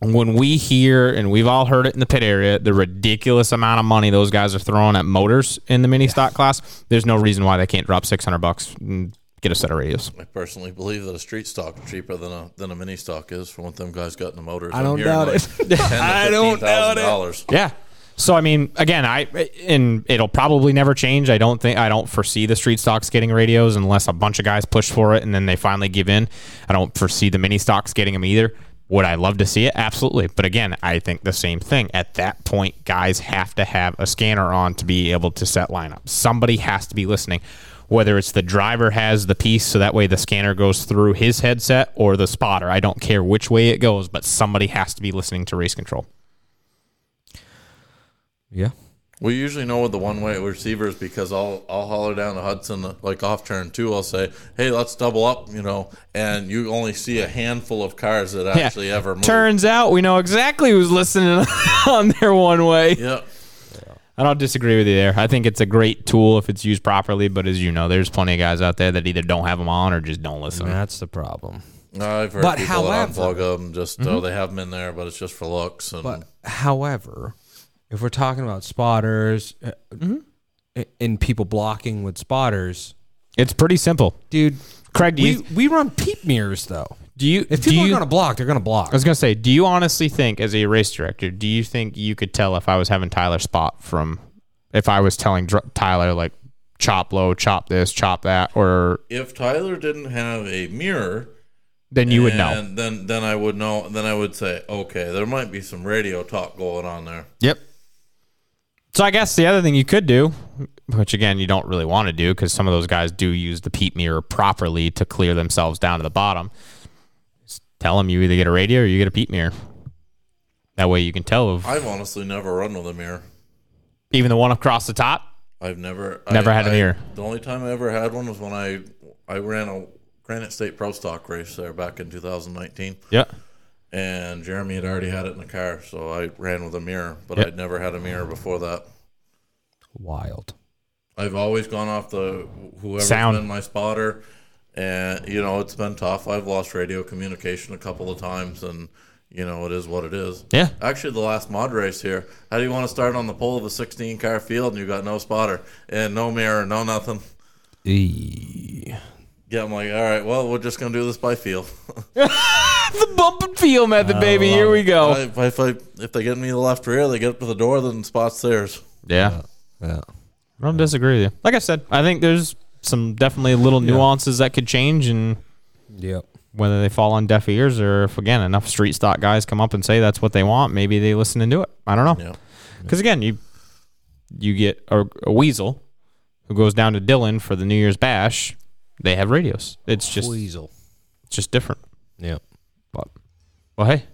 When we hear and we've all heard it in the pit area, the ridiculous amount of money those guys are throwing at motors in the mini stock class, there's no reason why they can't drop 600 bucks and get a set of radios. I personally believe that a street stock is cheaper than a than a mini stock is from what them guys got in the motors. I don't doubt it. I don't doubt it. Dollars. Yeah. So I mean, again, I and it'll probably never change. I don't think I don't foresee the street stocks getting radios unless a bunch of guys push for it and then they finally give in. I don't foresee the mini stocks getting them either. Would I love to see it? Absolutely. But again, I think the same thing. At that point, guys have to have a scanner on to be able to set lineups. Somebody has to be listening, whether it's the driver has the piece so that way the scanner goes through his headset or the spotter. I don't care which way it goes, but somebody has to be listening to race control. Yeah. We usually know with the one way receivers because I'll I'll holler down to Hudson like off turn two. I'll say, "Hey, let's double up," you know, and you only see a handful of cars that Yeah. actually ever move. Turns out we know exactly who's listening on their one way. Yeah. I don't disagree with you there. I think it's a great tool if it's used properly, but as you know, there's plenty of guys out there that either don't have them on or just don't listen. That's the problem. I've heard But people however- that unplug them. Just oh, Mm-hmm. they have them in there, but it's just for looks. And But however, if we're talking about spotters uh, a- and people blocking with spotters, It's pretty simple. dude, Craig, do we, you we run peep mirrors though. do you If do people are you, going to block, they're going to block. I was gonna say, do you honestly think as a race director, do you think you could tell if I was having Tyler spot from if I was telling Dr- Tyler like chop low, chop this, chop that, or if Tyler didn't have a mirror, then you would know. and Then then I would know. Then I would say, okay, there might be some radio talk going on there. Yep. So I guess the other thing you could do, which again you don't really want to do because some of those guys do use the peat mirror properly to clear themselves down to the bottom, is tell them you either get a radio or you get a peat mirror. That way you can tell if, I've honestly never run with a mirror. even the one across the top. I've never Never I- had a I- mirror. The only time I ever had one was when I I ran a Granite State Pro Stock race there back in 2019, Yep. and Jeremy had already had it in the car, so I ran with a mirror. But Yep. I'd never had a mirror before that. Wild. I've always gone off the whoever's Sound. been my spotter, and you know it's been tough. I've lost radio communication a couple of times, and you know it is what it is. Yeah. Actually, the last mod race here. How do you want to start on the pole of a 16 car field and you got no spotter and no mirror, no nothing? Yeah, I'm like, all right, well, we're just gonna do this by feel. The bump and feel method, baby. Here we go. if, if I if they get me the left rear, they get up to the door, then the spot's theirs. Yeah. Yeah. I don't disagree with you. Like I said, I think there's some definitely little nuances that could change and Yep. whether they fall on deaf ears or if again enough street stock guys come up and say that's what they want, maybe they listen and do it. I don't know. Yeah. Because again, you you get a, a weasel who goes down to Dillon for the New Year's bash. They have radios. It's just Weasel. it's just different. Yep. But well, hey,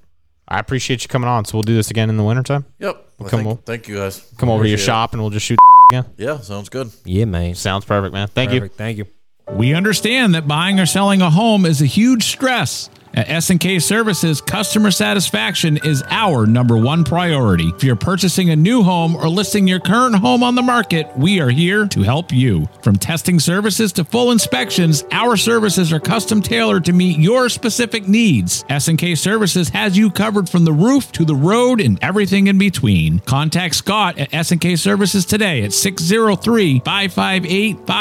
I appreciate you coming on. So we'll do this again in the wintertime. Yep. I come think- over. Thank you guys. Come over to your Appreciate shop and we'll just shoot again. it. Yeah, sounds good. Yeah, man. Sounds perfect, man. Thank you. Perfect. Thank you. We understand that buying or selling a home is a huge stress. At S&K Services, customer satisfaction is our number one priority. If you're purchasing a new home or listing your current home on the market, we are here to help you. From testing services to full inspections, our services are custom tailored to meet your specific needs. S&K Services has you covered from the roof to the road and everything in between. Contact Scott at S&K Services today at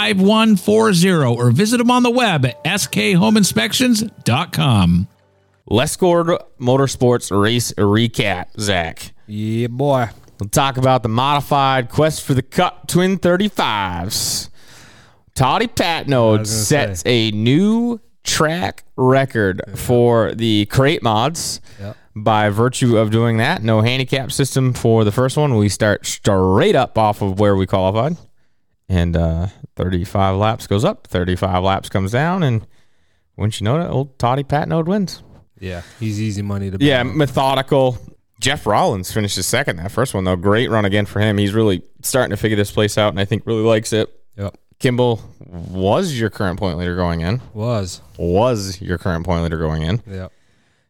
603-558-5140 or visit him on the web at skhomeinspections.com. Lescord Motorsports race recap, Zach. Yeah, boy. We'll talk about the modified Quest for the Cup Twin 35s. Toddy Patnode sets a new track record for the crate mods. By virtue of doing that, no handicap system for the first one. We start straight up off of where we qualified. And uh, 35 laps goes up, 35 laps comes down. And wouldn't you know it, old Toddy Patnode wins. Yeah, he's easy money to. Yeah, bet. methodical. Jeff Rollins finishes second that first one though. Great run again for him. He's really starting to figure this place out, and I think really likes it. Yep. Kimball was your current point leader going in. Was. Was your current point leader going in. Yep.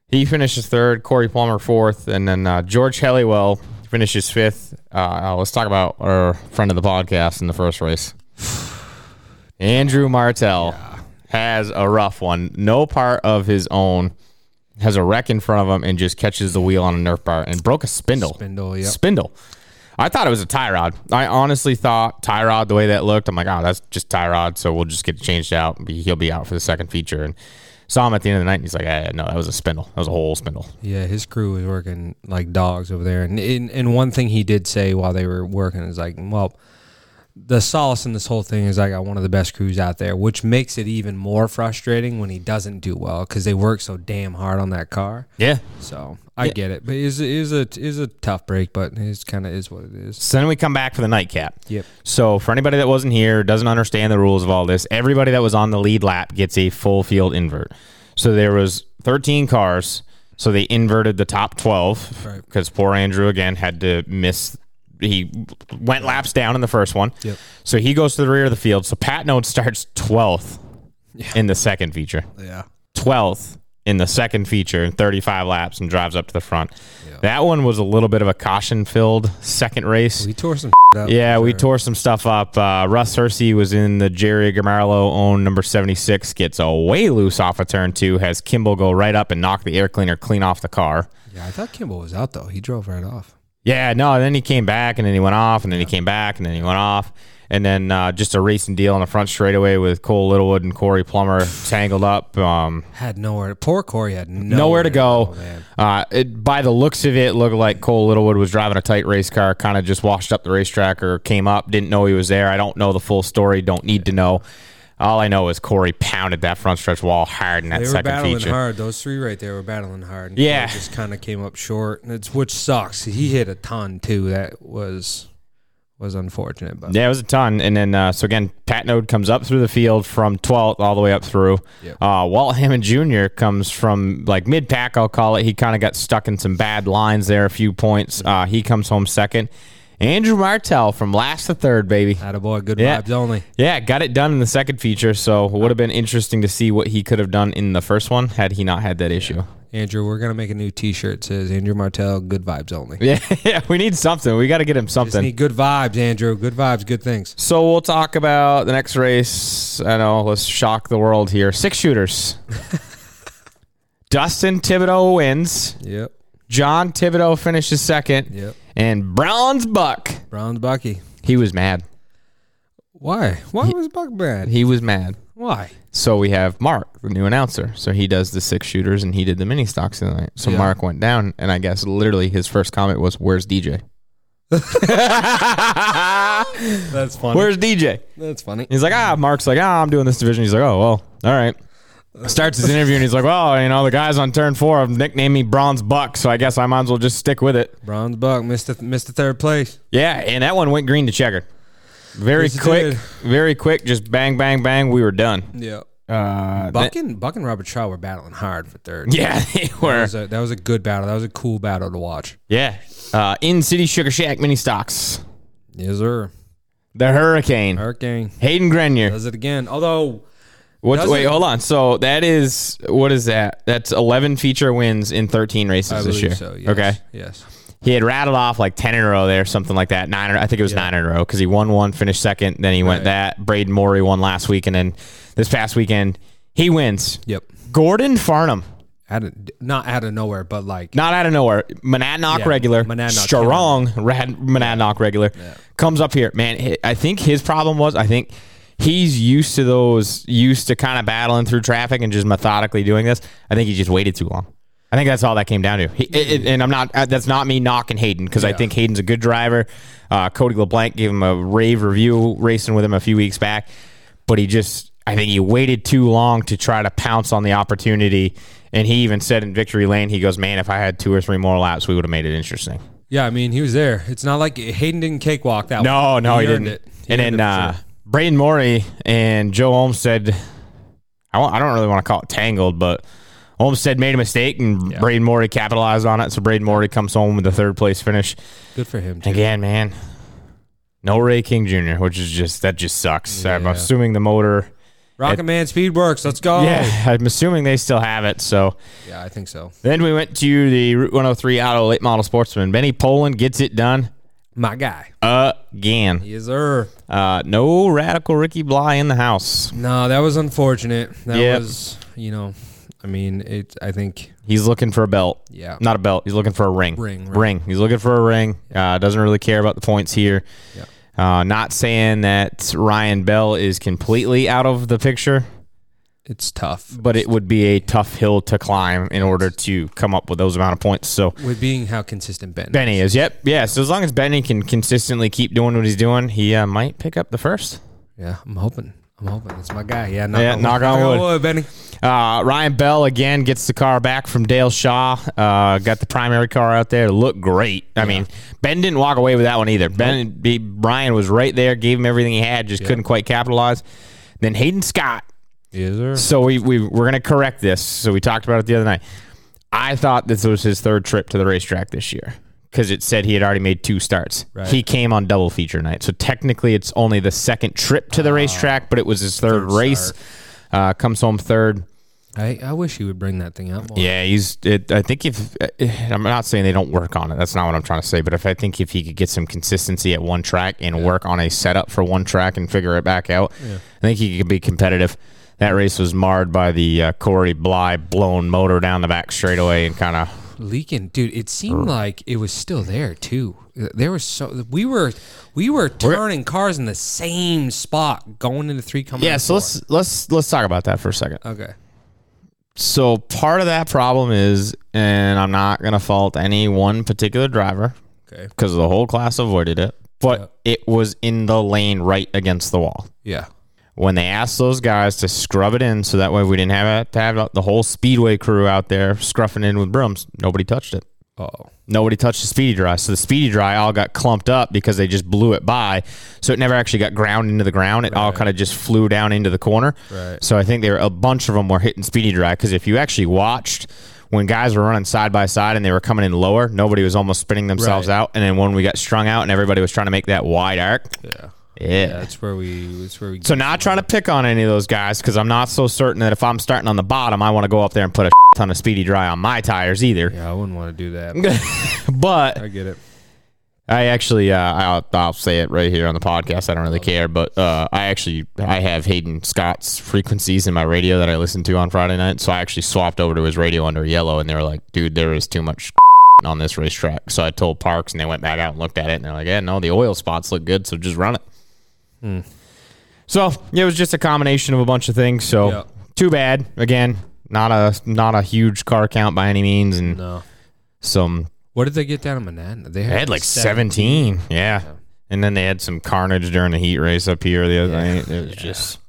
He finishes third. Corey Plummer fourth, and then uh, George Helliwell finishes fifth. Uh, let's talk about our friend of the podcast in the first race. Andrew Martell has a rough one. No part of his own has a wreck in front of him and just catches the wheel on a nerf bar and broke a spindle. Spindle, yep. Spindle. I thought it was a tie rod. I honestly thought tie rod the way that looked. I'm like, oh, that's just tie rod. So we'll just get it changed out. Be- He'll be out for the second feature. And saw him at the end of the night. And he's like, eh, no, that was a spindle. That was a whole spindle. Yeah, his crew was working like dogs over there. And in, and one thing he did say while they were working is like, well, the solace in this whole thing is I got one of the best crews out there, which makes it even more frustrating when he doesn't do well because they work so damn hard on that car. Yeah. So I get it, but it is it is a it is a tough break, but it's kind of is what it is. So then we come back for the nightcap. Yep. So for anybody that wasn't here, doesn't understand the rules of all this, everybody that was on the lead lap gets a full field invert. So there was 13 cars. So they inverted the top 12 Right. because poor Andrew again had to miss. He went laps down in the first one. Yep. So he goes to the rear of the field. So Pat Note starts 12th in the second feature. Yeah, 12th in the second feature in 35 laps and drives up to the front. That one was a little bit of a caution filled second race. we tore some up. Yeah, for we sure. tore some stuff up. Uh, Russ Hersey was in the Jerry Gamarlo owned number 76, gets a way loose off of turn two, has Kimball go right up and knock the air cleaner clean off the car. Yeah, I thought Kimball was out though. He drove right off. Yeah, no, and then he came back and then he went off and then he came back and then he went off. And then uh, just a racing deal on the front straightaway with Cole Littlewood and Corey Plummer tangled up. Um, Had nowhere. Poor Corey had nowhere, nowhere to go. Oh, man. uh, it, by the looks of it, looked like Cole Littlewood was driving a tight race car, kind of just washed up the racetrack or came up, didn't know he was there. I don't know the full story, don't need to know. All I know is Corey pounded that front stretch wall hard in that They were second battling feature. hard. Those three right there were battling hard. And Yeah. Cole just kind of came up short, and it's which sucks. He hit a ton too. That was was unfortunate, but Yeah, it was a ton. And then, uh, so again, Pat Node comes up through the field from 12th all the way up through. Uh, Walt Hammond Jr. comes from like mid pack, I'll call it. He kind of got stuck in some bad lines there, a few points. Uh, he comes home second. Andrew Martell from last to third, baby. had a boy. Good Yeah. vibes only. Yeah, got it done in the second feature, so it would have been interesting to see what he could have done in the first one had he not had that issue. Andrew, we're gonna make a new T-shirt. That says Andrew Martell. Good vibes only. Yeah, yeah, we need something. We got to get him Just something. need good vibes, Andrew. Good vibes. Good things. so we'll talk about the next race. I know, let's shock the world here. Six shooters. Dustin Thibodeau wins. Yep. John Thibodeau finishes second. Yep. And Bronze Buck, Brown's Bucky. he was mad. Why? Why was Buck bad? He was mad. Why? So we have Mark, the new announcer. So he does the six shooters and he did the mini stocks tonight. So Yeah. Mark went down, and I guess literally his first comment was, "Where's DJ?" That's funny. Where's DJ? That's funny. He's like, ah, Mark's like, ah, I'm doing this division. He's like, oh, well, all right. Starts his interview and he's like, well, you know, the guys on turn four have nicknamed me Bronze Buck, so I guess I might as well just stick with it. Brown's Buck missed the, missed the third place. Yeah, and that one went green to checkered. Very Yes, it quick, did. very quick, just bang, bang, bang. We were done. Yeah. Uh, Buck and Buck and Robert Shaw were battling hard for third. yeah, they That were. was, a, that was a good battle. That was a cool battle to watch. Yeah. Uh, in City Sugar Shack mini stocks. Yes, sir. The Hurricane. Hurricane Hayden Grenier. does it again. Although What, Does wait, it? hold on. So that is what is that? That's eleven feature wins in thirteen races this year. Okay, Yes. he had rattled off like ten in a row there, something like that. Nine, in- I think it was nine in a row because he won one, finished second, then he went Right. that. Braden Morey won last week, and then this past weekend he wins. Yep. Gordon Farnham, Out of, not out of nowhere, but like not out of nowhere, Monadnock Yeah, regular, Monadnock, strong rad, Monadnock regular, comes up here. Man, hi- I think his problem was I think he's used to those, used to kind of battling through traffic and just methodically doing this. I think he just waited too long. I think that's all that came down to. He, it, it- and I'm not. uh, That's not me knocking Hayden because I Yeah. think Hayden's a good driver. Uh, Cody LeBlanc gave him a rave review racing with him a few weeks back, but he just. I think he waited too long to try to pounce on the opportunity. And he even said in victory lane, he goes, "Man, if I had two or three more laps, we would have made it interesting." yeah. I mean, he was there. It's not like Hayden didn't cakewalk that. No, one. no, he, earned didn't. it. Oh, He And then earned it for uh, sure. Braden Morey and Joe Olmstead, I, won't- I don't really want to call it tangled, but Olmstead made a mistake and Braden Morey capitalized on it. So Braden Morey comes home with a third place finish. good for him. Too. Again, man, no Ray King Jr., which is just, that just sucks. I'm assuming the motor. Rocket Man Speed works. Let's go. Yeah, I'm assuming they still have it. So Yeah, I think so. then we went to the Route 103 Auto Late Model Sportsman. Benny Poland gets it done My guy. again. Yes, sir. Uh, no radical Ricky Bly in the house. No, that was unfortunate. That Yep. was, you know, I mean, it. I think He's looking for a belt. Yeah. Not a belt. He's looking for a ring. Ring, right. Ring. He's looking for a ring. Uh, doesn't really care about the points here. Yeah. Uh, not saying that Ryan Bell is completely out of the picture, it's tough. but it would be a tough hill to climb in order to come up with those amount of points. So With being how consistent Ben. Benny is. Yep. Yeah. So as long as Benny can consistently keep doing what he's doing, he uh, might pick up the first. Yeah, I'm hoping. I'm hoping. It's my guy. Yeah, knock Yeah, on knock on wood. Benny. Uh, Ryan Bell again gets the car back from Dale Shaw. Uh, got the primary car out there. Looked great. I mean, Ben didn't walk away with that one either. Ben, B, Brian was right there, gave him everything he had, just couldn't quite capitalize. Then Hayden Scott. So we, we we're gonna correct this. So we talked about it the other night. I thought this was his third trip to the racetrack this year because it said he had already made two starts. Right. He came on double feature night, so technically it's only the second trip to the racetrack, but it was his third, race. Uh, comes home third. I, I wish he would bring that thing out more. Yeah, he's. It, I think if eh, I'm not saying they don't work on it. That's not what I'm trying to say. But if I think if he could get some consistency at one track and work on a setup for one track and figure it back out, I think he could be competitive. That race was marred by the uh, Corey Bly blown motor down the back straightaway and kind of Leaking, dude. It seemed like it was still there too. Uh, There was so we were we were turning cars in the same spot going into three coming. yeah. out of So let's let's let's talk about that for a second. four. okay. So part of that problem is, and I'm not gonna fault any one particular driver Okay. because the whole class avoided it, but it was in the lane right against the wall. Yeah. when they asked those guys to scrub it in so that way we didn't have to have the whole speedway crew out there scruffing in with brooms nobody touched it Oh. nobody touched the speedy dry so the speedy dry all got clumped up because they just blew it by so it never actually got ground into the ground it all kind of just flew down into the corner Right. so i think there a bunch of them were hitting speedy dry because if you actually watched when guys were running side by side and they were coming in lower nobody was almost spinning themselves Right. out and then when we got strung out and everybody was trying to make that wide arc Yeah. yeah That's where we. That's where we. so not trying to pick on any of those guys because I'm not so certain that if I'm starting on the bottom, I want to go up there and put a ton of speedy dry on my tires either. yeah, I wouldn't want to do that. I But get it. I actually, uh, I'll, I'll say it right here on the podcast. I don't really care, but uh, I actually I have Hayden Scott's frequencies in my radio that I listen to on Friday night. So I actually swapped over to his radio under yellow, and they were like, "Dude, there is too much." On this racetrack, so I told Parks, and they went back out and looked at it, and they're like, "Yeah, no, the oil spots look good, so just run it." Hmm. So it was just a combination of a bunch of things. So Yeah. too bad. Again, not a not a huge car count by any means, and No. some What did they get down in Manhattan? They had, they had like seven. seventeen. Yeah. And then they had some carnage during the heat race up here the other night. It was just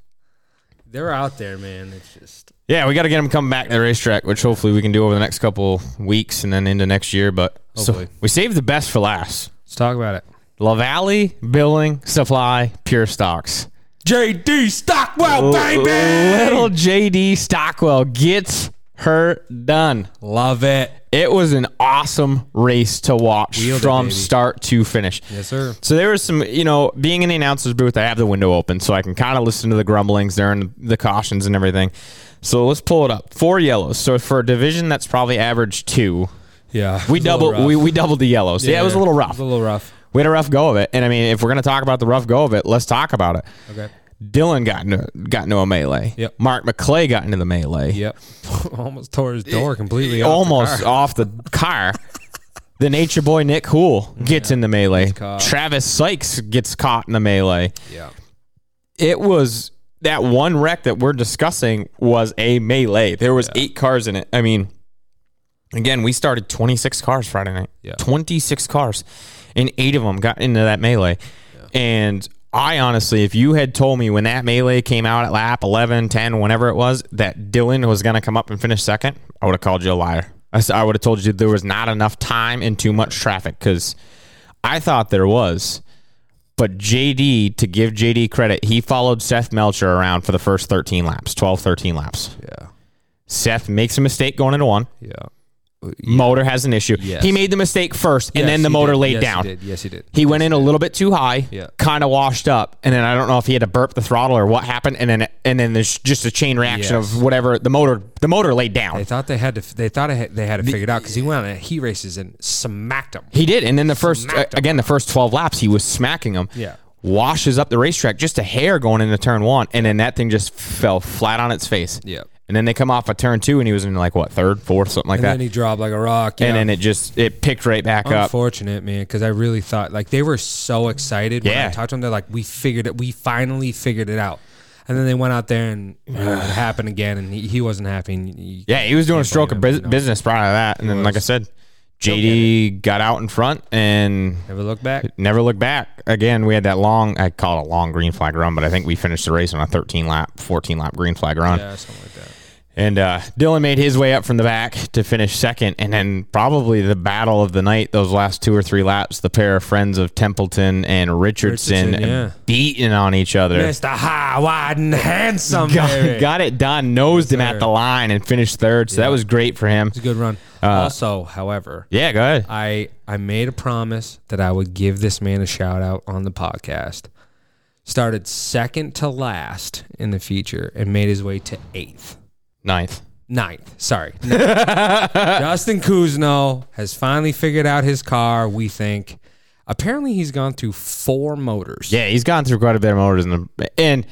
They're out there, man. It's just. yeah, we got to get them coming back to the racetrack, which hopefully we can do over the next couple weeks and then into next year. But so Hopefully. we saved the best for last. Let's talk about it. La Valley Billing Supply Pure Stocks. JD Stockwell, baby. Little JD Stockwell gets her done. Love it. It was an awesome race to watch Wheeled it, from baby. start to finish. Yes, sir. So there was some, you know, being in the announcer's booth, I have the window open so I can kind of listen to the grumblings there and the cautions and everything. So let's pull it up. Four yellows. So for a division that's probably average two, Yeah, we doubled we, we doubled the yellows. Yeah, it was a little rough. a little rough. We had a rough go of it. And I mean, if we're gonna talk about the rough go of it, let's talk about it. Okay. Dylan got into, got into a melee. Yep. Mark McClay got into the melee. Yep. Almost tore his door completely. off the almost car. off the car. The nature boy Nick Hool gets in the melee. caught. Travis Sykes gets caught in the melee. Yeah. It was that one wreck that we're discussing was a melee. There was eight cars in it. I mean, again, we started 26 cars Friday night. Yeah. 26 cars, and eight of them got into that melee. And I honestly, if you had told me when that melee came out at lap 11, 10, whenever it was, that Dylan was going to come up and finish second, I would have called you a liar. I, s- I would have told you there was not enough time and too much traffic because I thought there was. But JD, to give JD credit, he followed Seth Melcher around for the first 13 laps, 12, 13 laps. Yeah. Seth makes a mistake going into one. Yeah. Motor has an issue. Yes. He made the mistake first, and then the motor laid down. He did. Yes, he did. He went in a little bit too high, Yeah. kind of washed up, and then I don't know if he had to burp the throttle or what happened, and then and then there's just a chain reaction Yes. of whatever the motor the motor laid down. They thought they had to. They thought it had- they had it figured out because he went on a he races and smacked him. He did, and then the first uh, again the first twelve laps he was smacking him. Yeah. washes up the racetrack just a hair going into turn one, and then that thing just fell flat on its face. Yeah. and then they come off a of turn two, and he was in like what third, fourth, something like And that. then he dropped like a rock. and yeah. then it just it picked right back up. Unfortunate, man, because I really thought like they were so excited when Yeah. I talked to them. They're like, "We figured it. We finally figured it out." And then they went out there and you know, it happened again, and he, he wasn't happy. And he- Yeah, he was doing a stroke of blame him, bus- you know. business prior to that, and then like I was. said, JD got out in front and never looked back. never looked back. Again, we had that long I call it a long green flag run, but I think we finished the race on a 13 lap, 14 lap green flag run. Yeah, something like that. And uh, Dylan made his way up from the back to finish second, and then probably the battle of the night, those last two or three laps, the pair of friends of Templeton and Richardson, Richardson, yeah. beating on each other. Mr. High, Wide, and Handsome. Got, baby. got it done, nosed him at sir. the line, and finished third. So that was great for him. It's a good run. Uh, also, however, Yeah, go ahead. I I made a promise that I would give this man a shout out on the podcast. Started second to last in the feature and made his way to eighth. Ninth. Ninth, sorry. Ninth. Justin Kuzno has finally figured out his car, we think. Apparently he's gone through four motors. Yeah, he's gone through quite a bit of motors, in the, and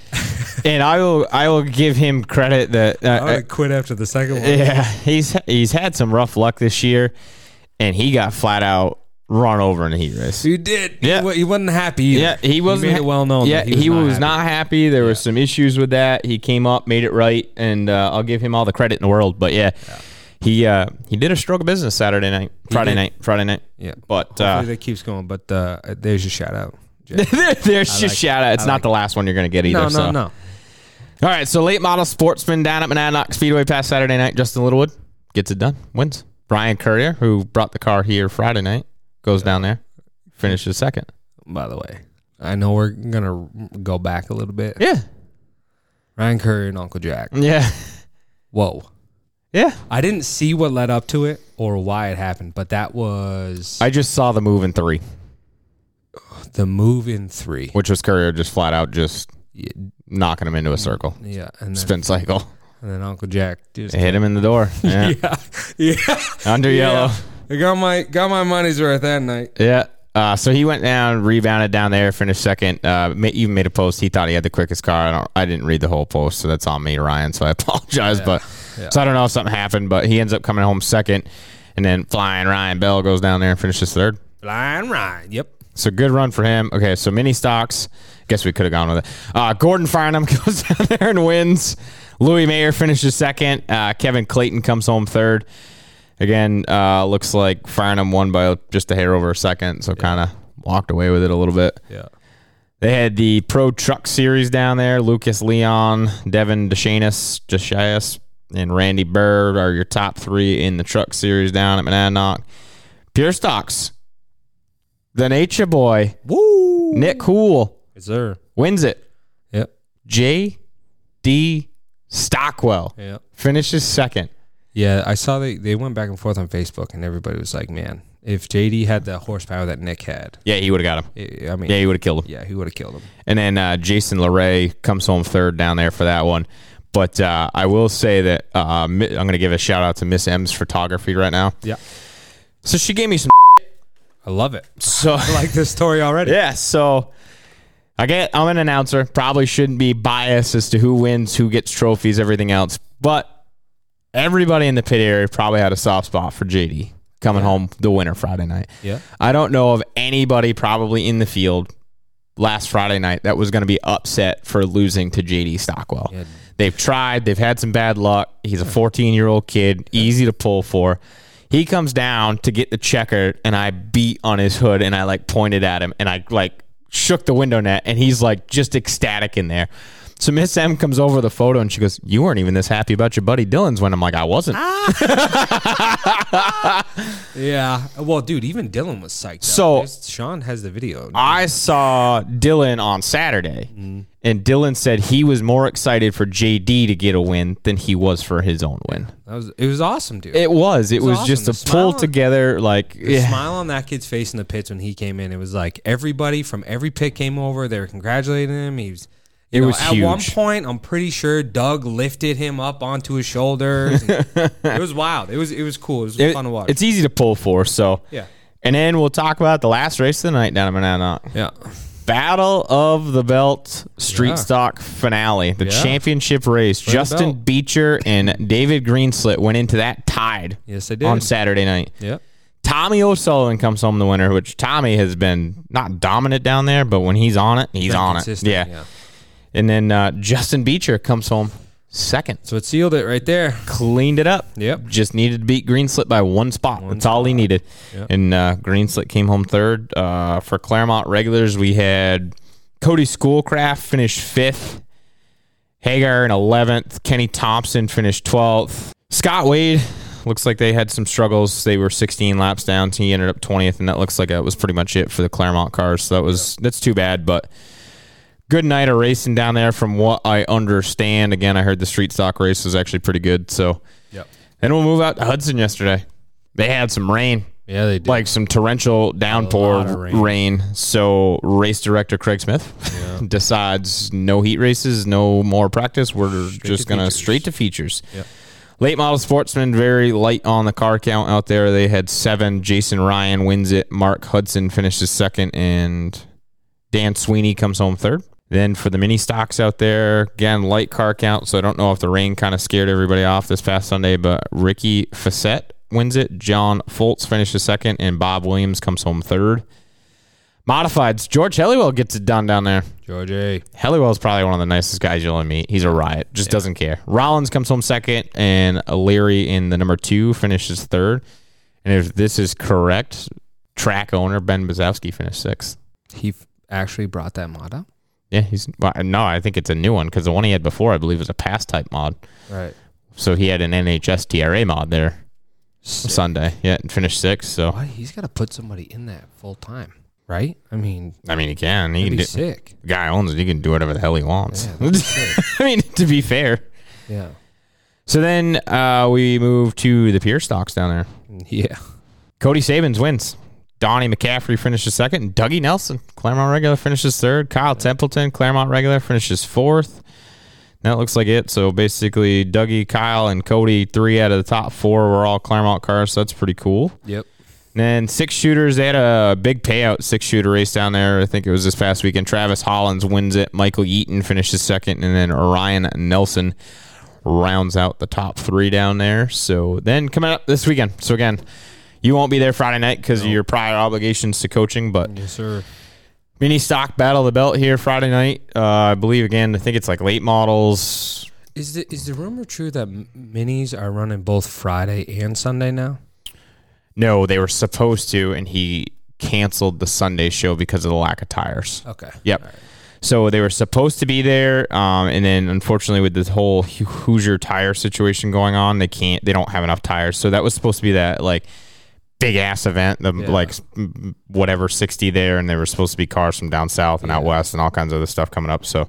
and I will I will give him credit that uh, I would quit after the second one. Yeah, he's he's had some rough luck this year, and he got flat out run over in a heat race. You did. Yeah. He, wa- he wasn't happy either. Yeah, he wasn't made ha- it well known. Yeah, that he was, happy. not happy. There was some issues with that. He came up, made it right, and uh, I'll give him all the credit in the world. But yeah, he uh, he did a stroke of business Saturday night, Friday did. night, Friday night. Yeah. but Hopefully uh, that keeps going, but uh, there's your shout out. Jay. uh, there's just shout out. It's not the last one you're going to get either. no, no, so. no. All right, so late model sportsman down at Monadnock Speedway past Saturday night. Justin Littlewood gets it done, wins. Brian Courier, who brought the car here Friday night, goes down there, finishes second. by the way. I know we're gonna go back a little bit. Yeah, Ryan Curry and Uncle Jack. yeah, Whoa. yeah. I didn't see what led up to it or why it happened, but that was I just saw the move in three, the move in three. which was Courier just flat out just Yeah, knocking him into a circle, Mm, yeah, and then, spin cycle, and then Uncle Jack just hit him in the door. Yeah, yeah, under yellow. I got my got my money's worth that night. Yeah. Uh, so he went down, rebounded down there, finished second. Uh, ma- even made a post. He thought he had the quickest car. I don't. I didn't read the whole post, so that's on me, Ryan. So I apologize. But so I don't know if something happened, but he ends up coming home second, and then flying Ryan Bell goes down there and finishes third. Blind Ryan. Yep. So good run for him. Okay, so mini stocks. Guess we could have gone with it. Uh, Gordon Farnham goes down there and wins. Louis Mayer finishes second. Uh, Kevin Clayton comes home third. Again, uh, looks like Farnham won by just a hair over a second, so kind of walked away with it a little bit. Yeah. They had the Pro Truck Series down there. Lucas Leon, Devin DeShanis, Deshanis, and Randy Bird are your top three in the Truck Series down at Monadnock. Pure Stocks, the Nature Boy, Woo. Nick Cool Yes, sir. wins it. Yep. J.D. Stockwell Yep. finishes second. Yeah, I saw they, they went back and forth on Facebook, and everybody was like, "Man, if JD had the horsepower that Nick had, eh, Yeah, he would have got him. I I mean, Yeah, he would have killed him. yeah, he would have killed him." And then uh, Jason Larray comes home third down there for that one. But uh, I will say that uh, Mi- I'm going to give a shout out to Miss M's photography right now. Yeah, So she gave me some. I love it. So I like this story already. yeah, so I get I'm an announcer. Probably shouldn't be biased as to who wins, who gets trophies, everything else. But everybody in the pit area probably had a soft spot for JD coming home the winner Friday night. Yeah. I don't know of anybody probably in the field last Friday night that was going to be upset for losing to JD Stockwell. Yeah. They've tried, they've had some bad luck. He's a 14 year old kid, easy to pull for. He comes down to get the checker, and I beat on his hood and I like pointed at him and I like shook the window net, and he's like just ecstatic in there. So Miss M comes over the photo and she goes, "You weren't even this happy about your buddy Dylan's when I'm like, I wasn't." Yeah. Well, dude, even Dylan was psyched. So- out. There's- Sean has the video. I saw Dylan on Saturday, and Dylan said he was more excited for JD to get a win than he was for his own win. That was it was awesome, dude. It was. It was awesome. The just a smile pull on- together, like the yeah. smile on that kid's face in the pits when he came in, it was like everybody from every pit came over. They were congratulating him. He was. you It know, was at one huge. point. I'm pretty sure Doug lifted him up onto his shoulders. and it was wild. It was it was cool. It was It- fun to watch. It's e easy to pull for. So Yeah. And then we'll talk about the last race of the night down in Monadnock. yeah, Battle of the Belt Street Yeah. Stock finale, the Yeah. championship race. Justin belt. Beecher and David Greenslit went into that tied. Yes, they did. on Saturday night. yeah. Tommy O'Sullivan comes home the winner, which Tommy has been not dominant down there, but when he's on it, he's Been on it. consistent, Yeah. And then uh, Justin Beecher comes home second, So it sealed it right there. cleaned it up. Yep. Just needed to beat Greenslit by one spot. That's all he needed. And uh, Greenslit came home third. Uh, for Claremont regulars, we had Cody Schoolcraft finish fifth, Hagar in 11th, Kenny Thompson finished 12th. Scott Wade looks like they had some struggles. They were 16 laps down. He ended up 20th, and that looks like that was pretty much it for the Claremont cars. So that was that's too bad, but good night of racing down there from what I understand. Again, I heard the street stock race was actually pretty good. So Yep. then we'll move out to Hudson yesterday. They had some rain, Yeah, they did. like some torrential downpour of rain. rain. So race director Craig Smith decides no heat races, no more practice. We're just to going to features. straight to features. Yep. Late model sportsman, very light on the car count out there. They had seven. Jason Ryan wins it. Mark Hudson finishes second, and Dan Sweeney comes home third. Then for the mini stocks out there, again, light car count. So I don't know if the rain kind of scared everybody off this past Sunday, but Ricky Facette wins it. John Foltz finishes second, and Bob Williams comes home third. Modifieds, George Helliwell gets it done down there. George A. Helliwell's probably one of the nicest guys you'll ever meet. He's a riot. Just doesn't care. Rollins comes home second, and Leary in the number two finishes third. And if this is correct, track owner Ben Bazowski finished sixth. He f- actually brought that mod up. Yeah, he's well, no. I think it's a new one because the one he had before, I believe, was a pass type mod. Right. So he had an NHS TRA mod there Sunday. Yeah, and finished sixth. So Why he's got to put somebody in that full time, right? I mean, I mean, he can. He can he'd be do, sick. the guy owns it. He can do whatever the hell he wants. I mean, to be fair. Yeah. So then uh, we move to the pier stocks down there. Yeah. Cody Sabins wins. Donnie McCaffrey finishes second. And Dougie Nelson, Claremont regular, finishes third. Kyle Templeton, Claremont regular, finishes fourth. And That looks like it. So basically, Dougie, Kyle, and Cody, three out of the top four were all Claremont cars. So that's pretty cool. Yep. And then six shooters. They had a big payout six shooter race down there. I think it was this past weekend. Travis Hollins wins it. Michael Eaton finishes second. And then Ryan Nelson rounds out the top three down there. So then coming up this weekend. So again, you won't be there Friday night because of your prior obligations to coaching, but Yes, sir. mini stock battle of the belt here Friday night. Uh, I believe again. I think it's like late models. Is the is the rumor true that m- minis are running both Friday and Sunday now? No, they were supposed to, and he canceled the Sunday show because of the lack of tires. Okay. Yep. So they were supposed to be there, um, and then unfortunately, with this whole Ho- Hoosier tire situation going on, they can't. They don't have enough tires. So that was supposed to be that like big ass event, the like s- m- whatever sixty there, and there were supposed to be cars from down south and out west and all kinds of other stuff coming up. So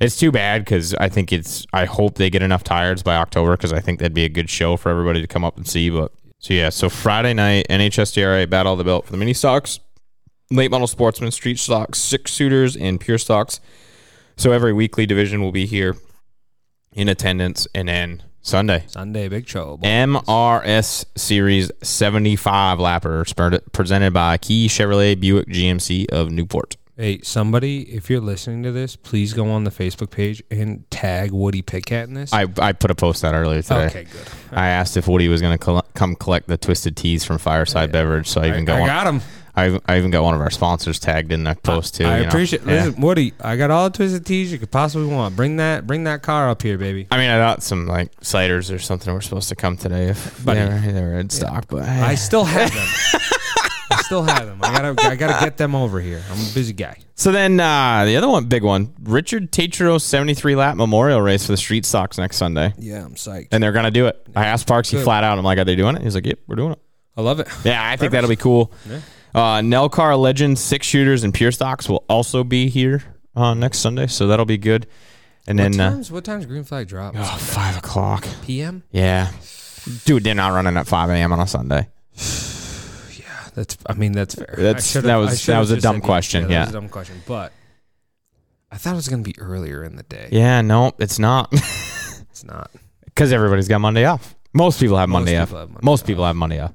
It's too bad because I think it's. I hope they get enough tires by October because I think that'd be a good show for everybody to come up and see. But so yeah, so Friday night NHSDRA Battle of the Belt for the mini stocks, late model sportsmen, street stocks, six suiters, and pure stocks. So every weekly division will be here in attendance, and then Sunday Sunday, big show. boy. MRS Series 75 lapper spurred- presented by Key Chevrolet Buick GMC of Newport. Hey, somebody, if you're listening to this, please go on the Facebook page and tag Woody Pitcat in this. I, I put a post out earlier today. Okay, good. I asked if Woody was going to col- come collect the twisted teas from Fireside Beverage, so I even got I one. got him. I, even- I even got one of our sponsors tagged in that post too. I you know? appreciate. Yeah. Listen, Woody, I got all the twisted tees you could possibly want. Bring that, bring that car up here, baby. I mean, I got some like ciders or something were supposed to come today if they were, they were in stock, but I still have them. I still have them. I gotta, I gotta get them over here. I'm a busy guy. So then uh, the other one, big one, Richard Tatro 73 lap memorial race for the street stocks next Sunday. Yeah, I'm psyched. and they're gonna do it. I asked Parks, he flat out. I'm like, are they doing it? He's like, yep, we're doing it. I love it. Yeah, I think that'll be cool. Uh, Nelcar Legends six shooters and pure stocks will also be here uh, next Sunday, so that'll be good. And What then uh, times? What times? Green flag drop. oh, five o'clock. PM. Yeah, dude, they're not running at five a.m. on a Sunday. That's. I mean, that's fair. I That's- should've- that was- I that should've was a just dumb said- question, that was yeah. a dumb question. But I thought it was gonna be earlier in the day. Yeah, no, it's not It's not. because everybody's got Monday off. Most people have Monday people off. have Monday Most people have Monday off.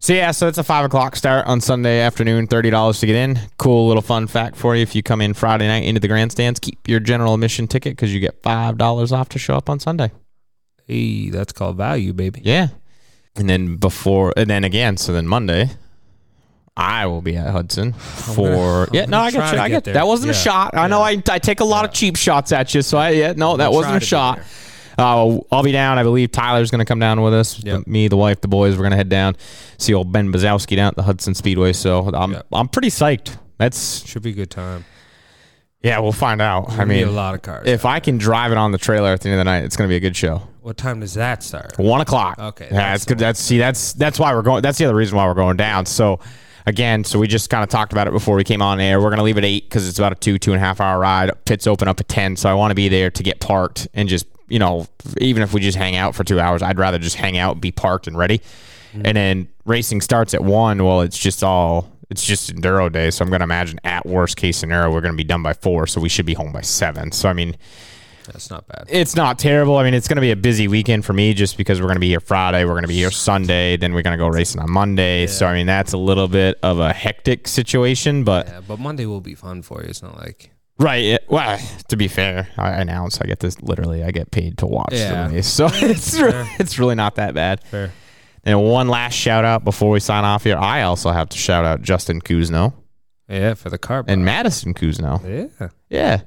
So yeah, so it's a five o'clock start on Sunday afternoon. Thirty dollars to get in. Cool little fun fact for you: if you come in Friday night into the grandstands, keep your general admission ticket because you get five dollars off to show up on Sunday. Hey, that's called value, baby. Yeah, and then before, and then again, so then Monday, I will be at Hudson for gonna- I'm yeah. No, gonna I try got you. to I get get there. that wasn't a Yeah, shot. I know I, I take a lot of cheap shots at you, so I yeah. No, that gonna wasn't a try to be shot. there. Uh, I'll be down. I believe Tyler's going to come down with us. Yep. Me, the wife, the boys. We're going to head down, see old Ben Bazowski down at the Hudson Speedway. So I'm Yep. I'm pretty psyched. That's Should be a good time. yeah. We'll find out. I Gonna be mean, a lot of cars. if I can drive it on the trailer at the end of the night, it's going to be a good show. what time does that start? One o'clock. Okay, Yeah, that's that's good. That's see, that's that's why we're going. That's the other reason why we're going down. So, again, so we just kind of talked about it before we came on air. We're gonna leave at eight because it's about a two two and a half hour ride. Pits open up at ten, so I want to be there to get parked and just you know, even if we just hang out for two hours, I'd rather just hang out, be parked and ready. Mm-hmm. And then racing starts at one. Well, it's just all. It's just enduro day, so I'm going to imagine at worst case scenario we're going to be done by four, so we should be home by seven. So I mean, That's not bad. it's not terrible. I mean, it's going to be a busy weekend for me just because we're going to be here Friday, we're going to be here Sunday, then we're going to go racing on Monday. So I mean, that's a little bit of a hectic situation, but Yeah, but Monday will be fun for you. It's not like right. It, well, to be fair, I announce I get this literally. I get paid to watch Yeah. the race, so it's really, it's really not that bad. fair. And one last shout out before we sign off here. I also have to shout out Justin Kuzno Yeah, for the car. and Madison Kuzno. yeah, Yeah.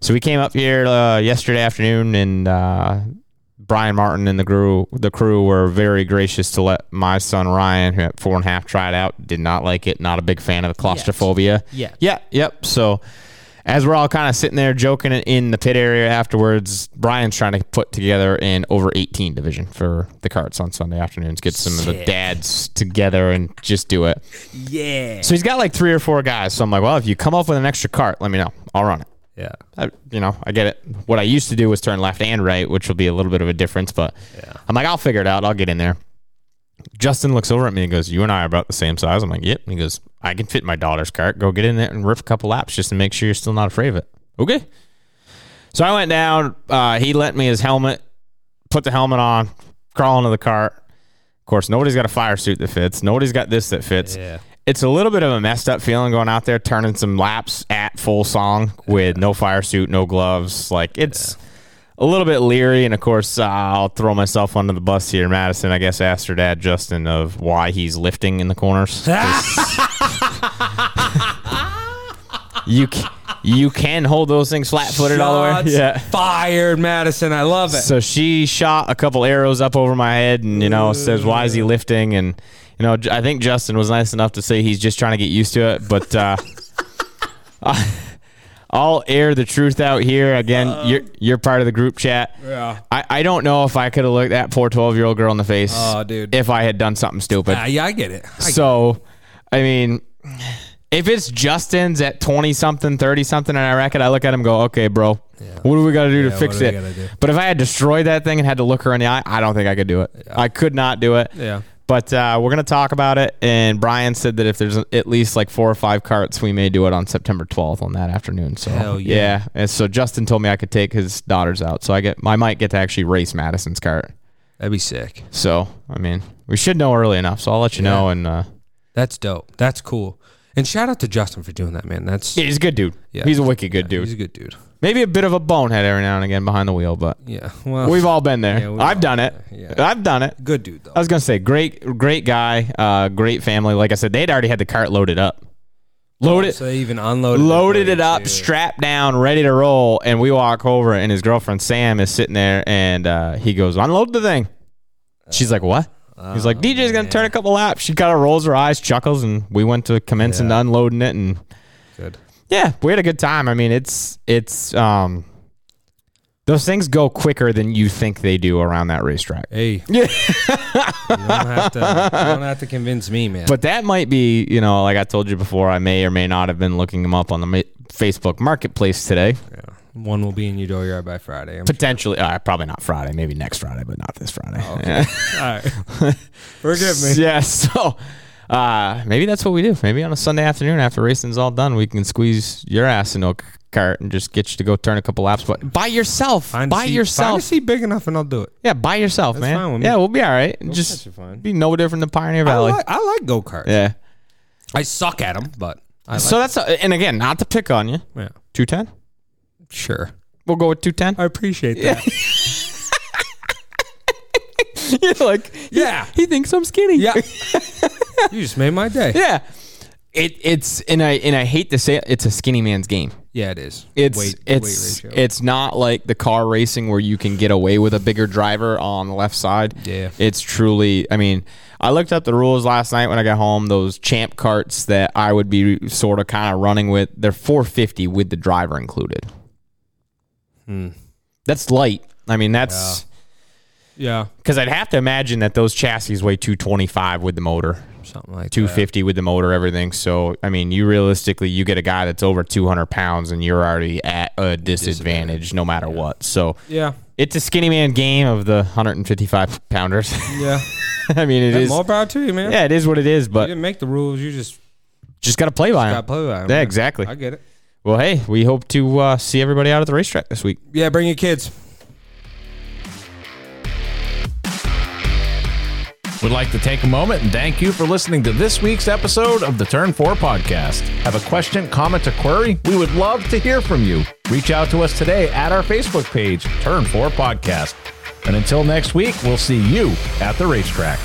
So we came up here uh, yesterday afternoon, and uh, Brian Martin and the crew the crew were very gracious to let my son Ryan, who at four and a half, try it out. Did not like it. Not a big fan of the claustrophobia. Yet. Yeah. Yep. So. As we're all kind of sitting there joking in the pit area afterwards, Brian's trying to put together an over 18 division for the carts on Sunday afternoons. Get some of the dads together and just do it. yeah, So he's got like three or four guys. So I'm like, well, if you come up with an extra cart, let me know. I'll run it. yeah, I, you know, I get it. What I used to do was turn left and right, which will be a little bit of a difference, but I'm like, I'll figure it out. I'll get in there. Justin looks over at me and goes, You and I are about the same size. I'm like, Yep. And he goes, I can fit my daughter's cart. Go get in there and rip a couple laps just to make sure you're still not afraid of it. Okay. So I went down. Uh, he lent me his helmet, put the helmet on, crawl into the cart. Of course, nobody's got a fire suit that fits. Nobody's got this that fits yeah. it's a little bit of a messed up feeling going out there turning some laps at full song with no fire suit, no gloves. Like it's a little bit leery. And of course, uh, I'll throw myself under the bus here. Madison, I guess, asked her dad, Justin, of why he's lifting in the corners. 'Cause- you ca- you can hold those things flat footed all the way. Shots fired, Madison. I love it. So she shot a couple arrows up over my head, and you know, says, "Why is he lifting?" And you know, J- I think Justin was nice enough to say he's just trying to get used to it. But uh, I- I'll air the truth out here again. you're you're part of the group chat. Yeah. I, I don't know if I could have looked that poor twelve year old girl in the face. Oh, dude. if I had done something stupid. Ah, yeah, I get it. I so, I mean, If it's Justin's at 20 something, 30 something, and I rack it, I look at him and go, okay, bro, what do we got to do to what fix do we it? gotta do? But if I had destroyed that thing and had to look her in the eye, I don't think I could do it. I could not do it. Yeah. But uh, we're going to talk about it. And Brian said that if there's at least like four or five carts, we may do it on September 12th on that afternoon. So, Hell yeah. And so Justin told me I could take his daughters out. So I get, I might get to actually race Madison's cart. That'd be sick. So, I mean, we should know early enough. So I'll let you know. And uh, That's dope. That's cool. And shout out to Justin for doing that, man. That's yeah, he's a good dude. Yeah. He's a wicked good dude. he's a good dude. Maybe a bit of a bonehead every now and again behind the wheel, but Yeah. Well, we've all been there. Oh. Yeah, we've I've all done it. been there. Yeah. I've done it. good dude though. I was gonna say, great, great guy, uh, great family. Like I said, they'd already had the cart loaded up, loaded, Oh, so they even unloaded, loaded it up, dude. strapped down, ready to roll. And we walk over, and his girlfriend Sam is sitting there, and uh, he goes, "Unload the thing." She's like, "What?" He's Oh, like, "DJ's gonna turn a couple laps." She kind of rolls her eyes, chuckles, and we went to commence and Yeah. unloading it, and Good. yeah, we had a good time. I mean, it's it's um those things go quicker than you think they do around that racetrack. Hey. Yeah. you don't have to. You don't have to convince me, man. But that might be, you know, like I told you before, I may or may not have been looking them up on the ma- Facebook Marketplace today. one will be in your dooryard by Friday. I'm Potentially, uh, probably not Friday, maybe next Friday, but not this Friday. Yeah. All right. Forgive me. Yeah, so uh, maybe that's what we do. Maybe on a Sunday afternoon after racing's all done, we can squeeze your ass into a c- cart and just get you to go turn a couple laps, but by yourself, Find a by seat- Find yourself. a seat big enough and I'll do it. Yeah, by yourself, man. fine with me. Yeah, we'll be all right. cats Just are fine. be no different than Pioneer I Valley. like, I like go karts. yeah. I suck at them, but I like so that's a, and again, not to pick on you. yeah. Two ten. Sure. We'll go with two ten. I appreciate that. Yeah. like Yeah. he thinks I'm skinny. you just made my day. yeah. It it's and I and I hate to say it, it's a skinny man's game. Yeah, it is. It's it's it's not like the car racing where you can get away with a bigger driver on the left side. Yeah. It's truly I mean, I looked up the rules last night when I got home, those champ carts that I would be sort of kind of running with, they're 450 with the driver included. That's light. I mean, that's yeah, cuz I'd have to imagine that those chassis weigh 225 with the motor. something like that. 250 with the motor, everything. So, I mean, you realistically, you get a guy that's over 200 pounds and you're already at a disadvantage no matter what. So, Yeah, it's a skinny man game of the 155 pounders. yeah. I mean, it is. More power to you, man. Yeah, it is what it is, You but didn't make the rules. You just just got to play by got him. play by 'em, Yeah, man. exactly. I get it. Well, hey, we hope to uh, see everybody out at the racetrack this week. Yeah, bring your kids. Would like to take a moment and thank you for listening to this week's episode of the Turn 4 podcast. Have a question, comment, or query? We would love to hear from you. Reach out to us today at our Facebook page, Turn 4 Podcast. And until next week, we'll see you at the racetrack.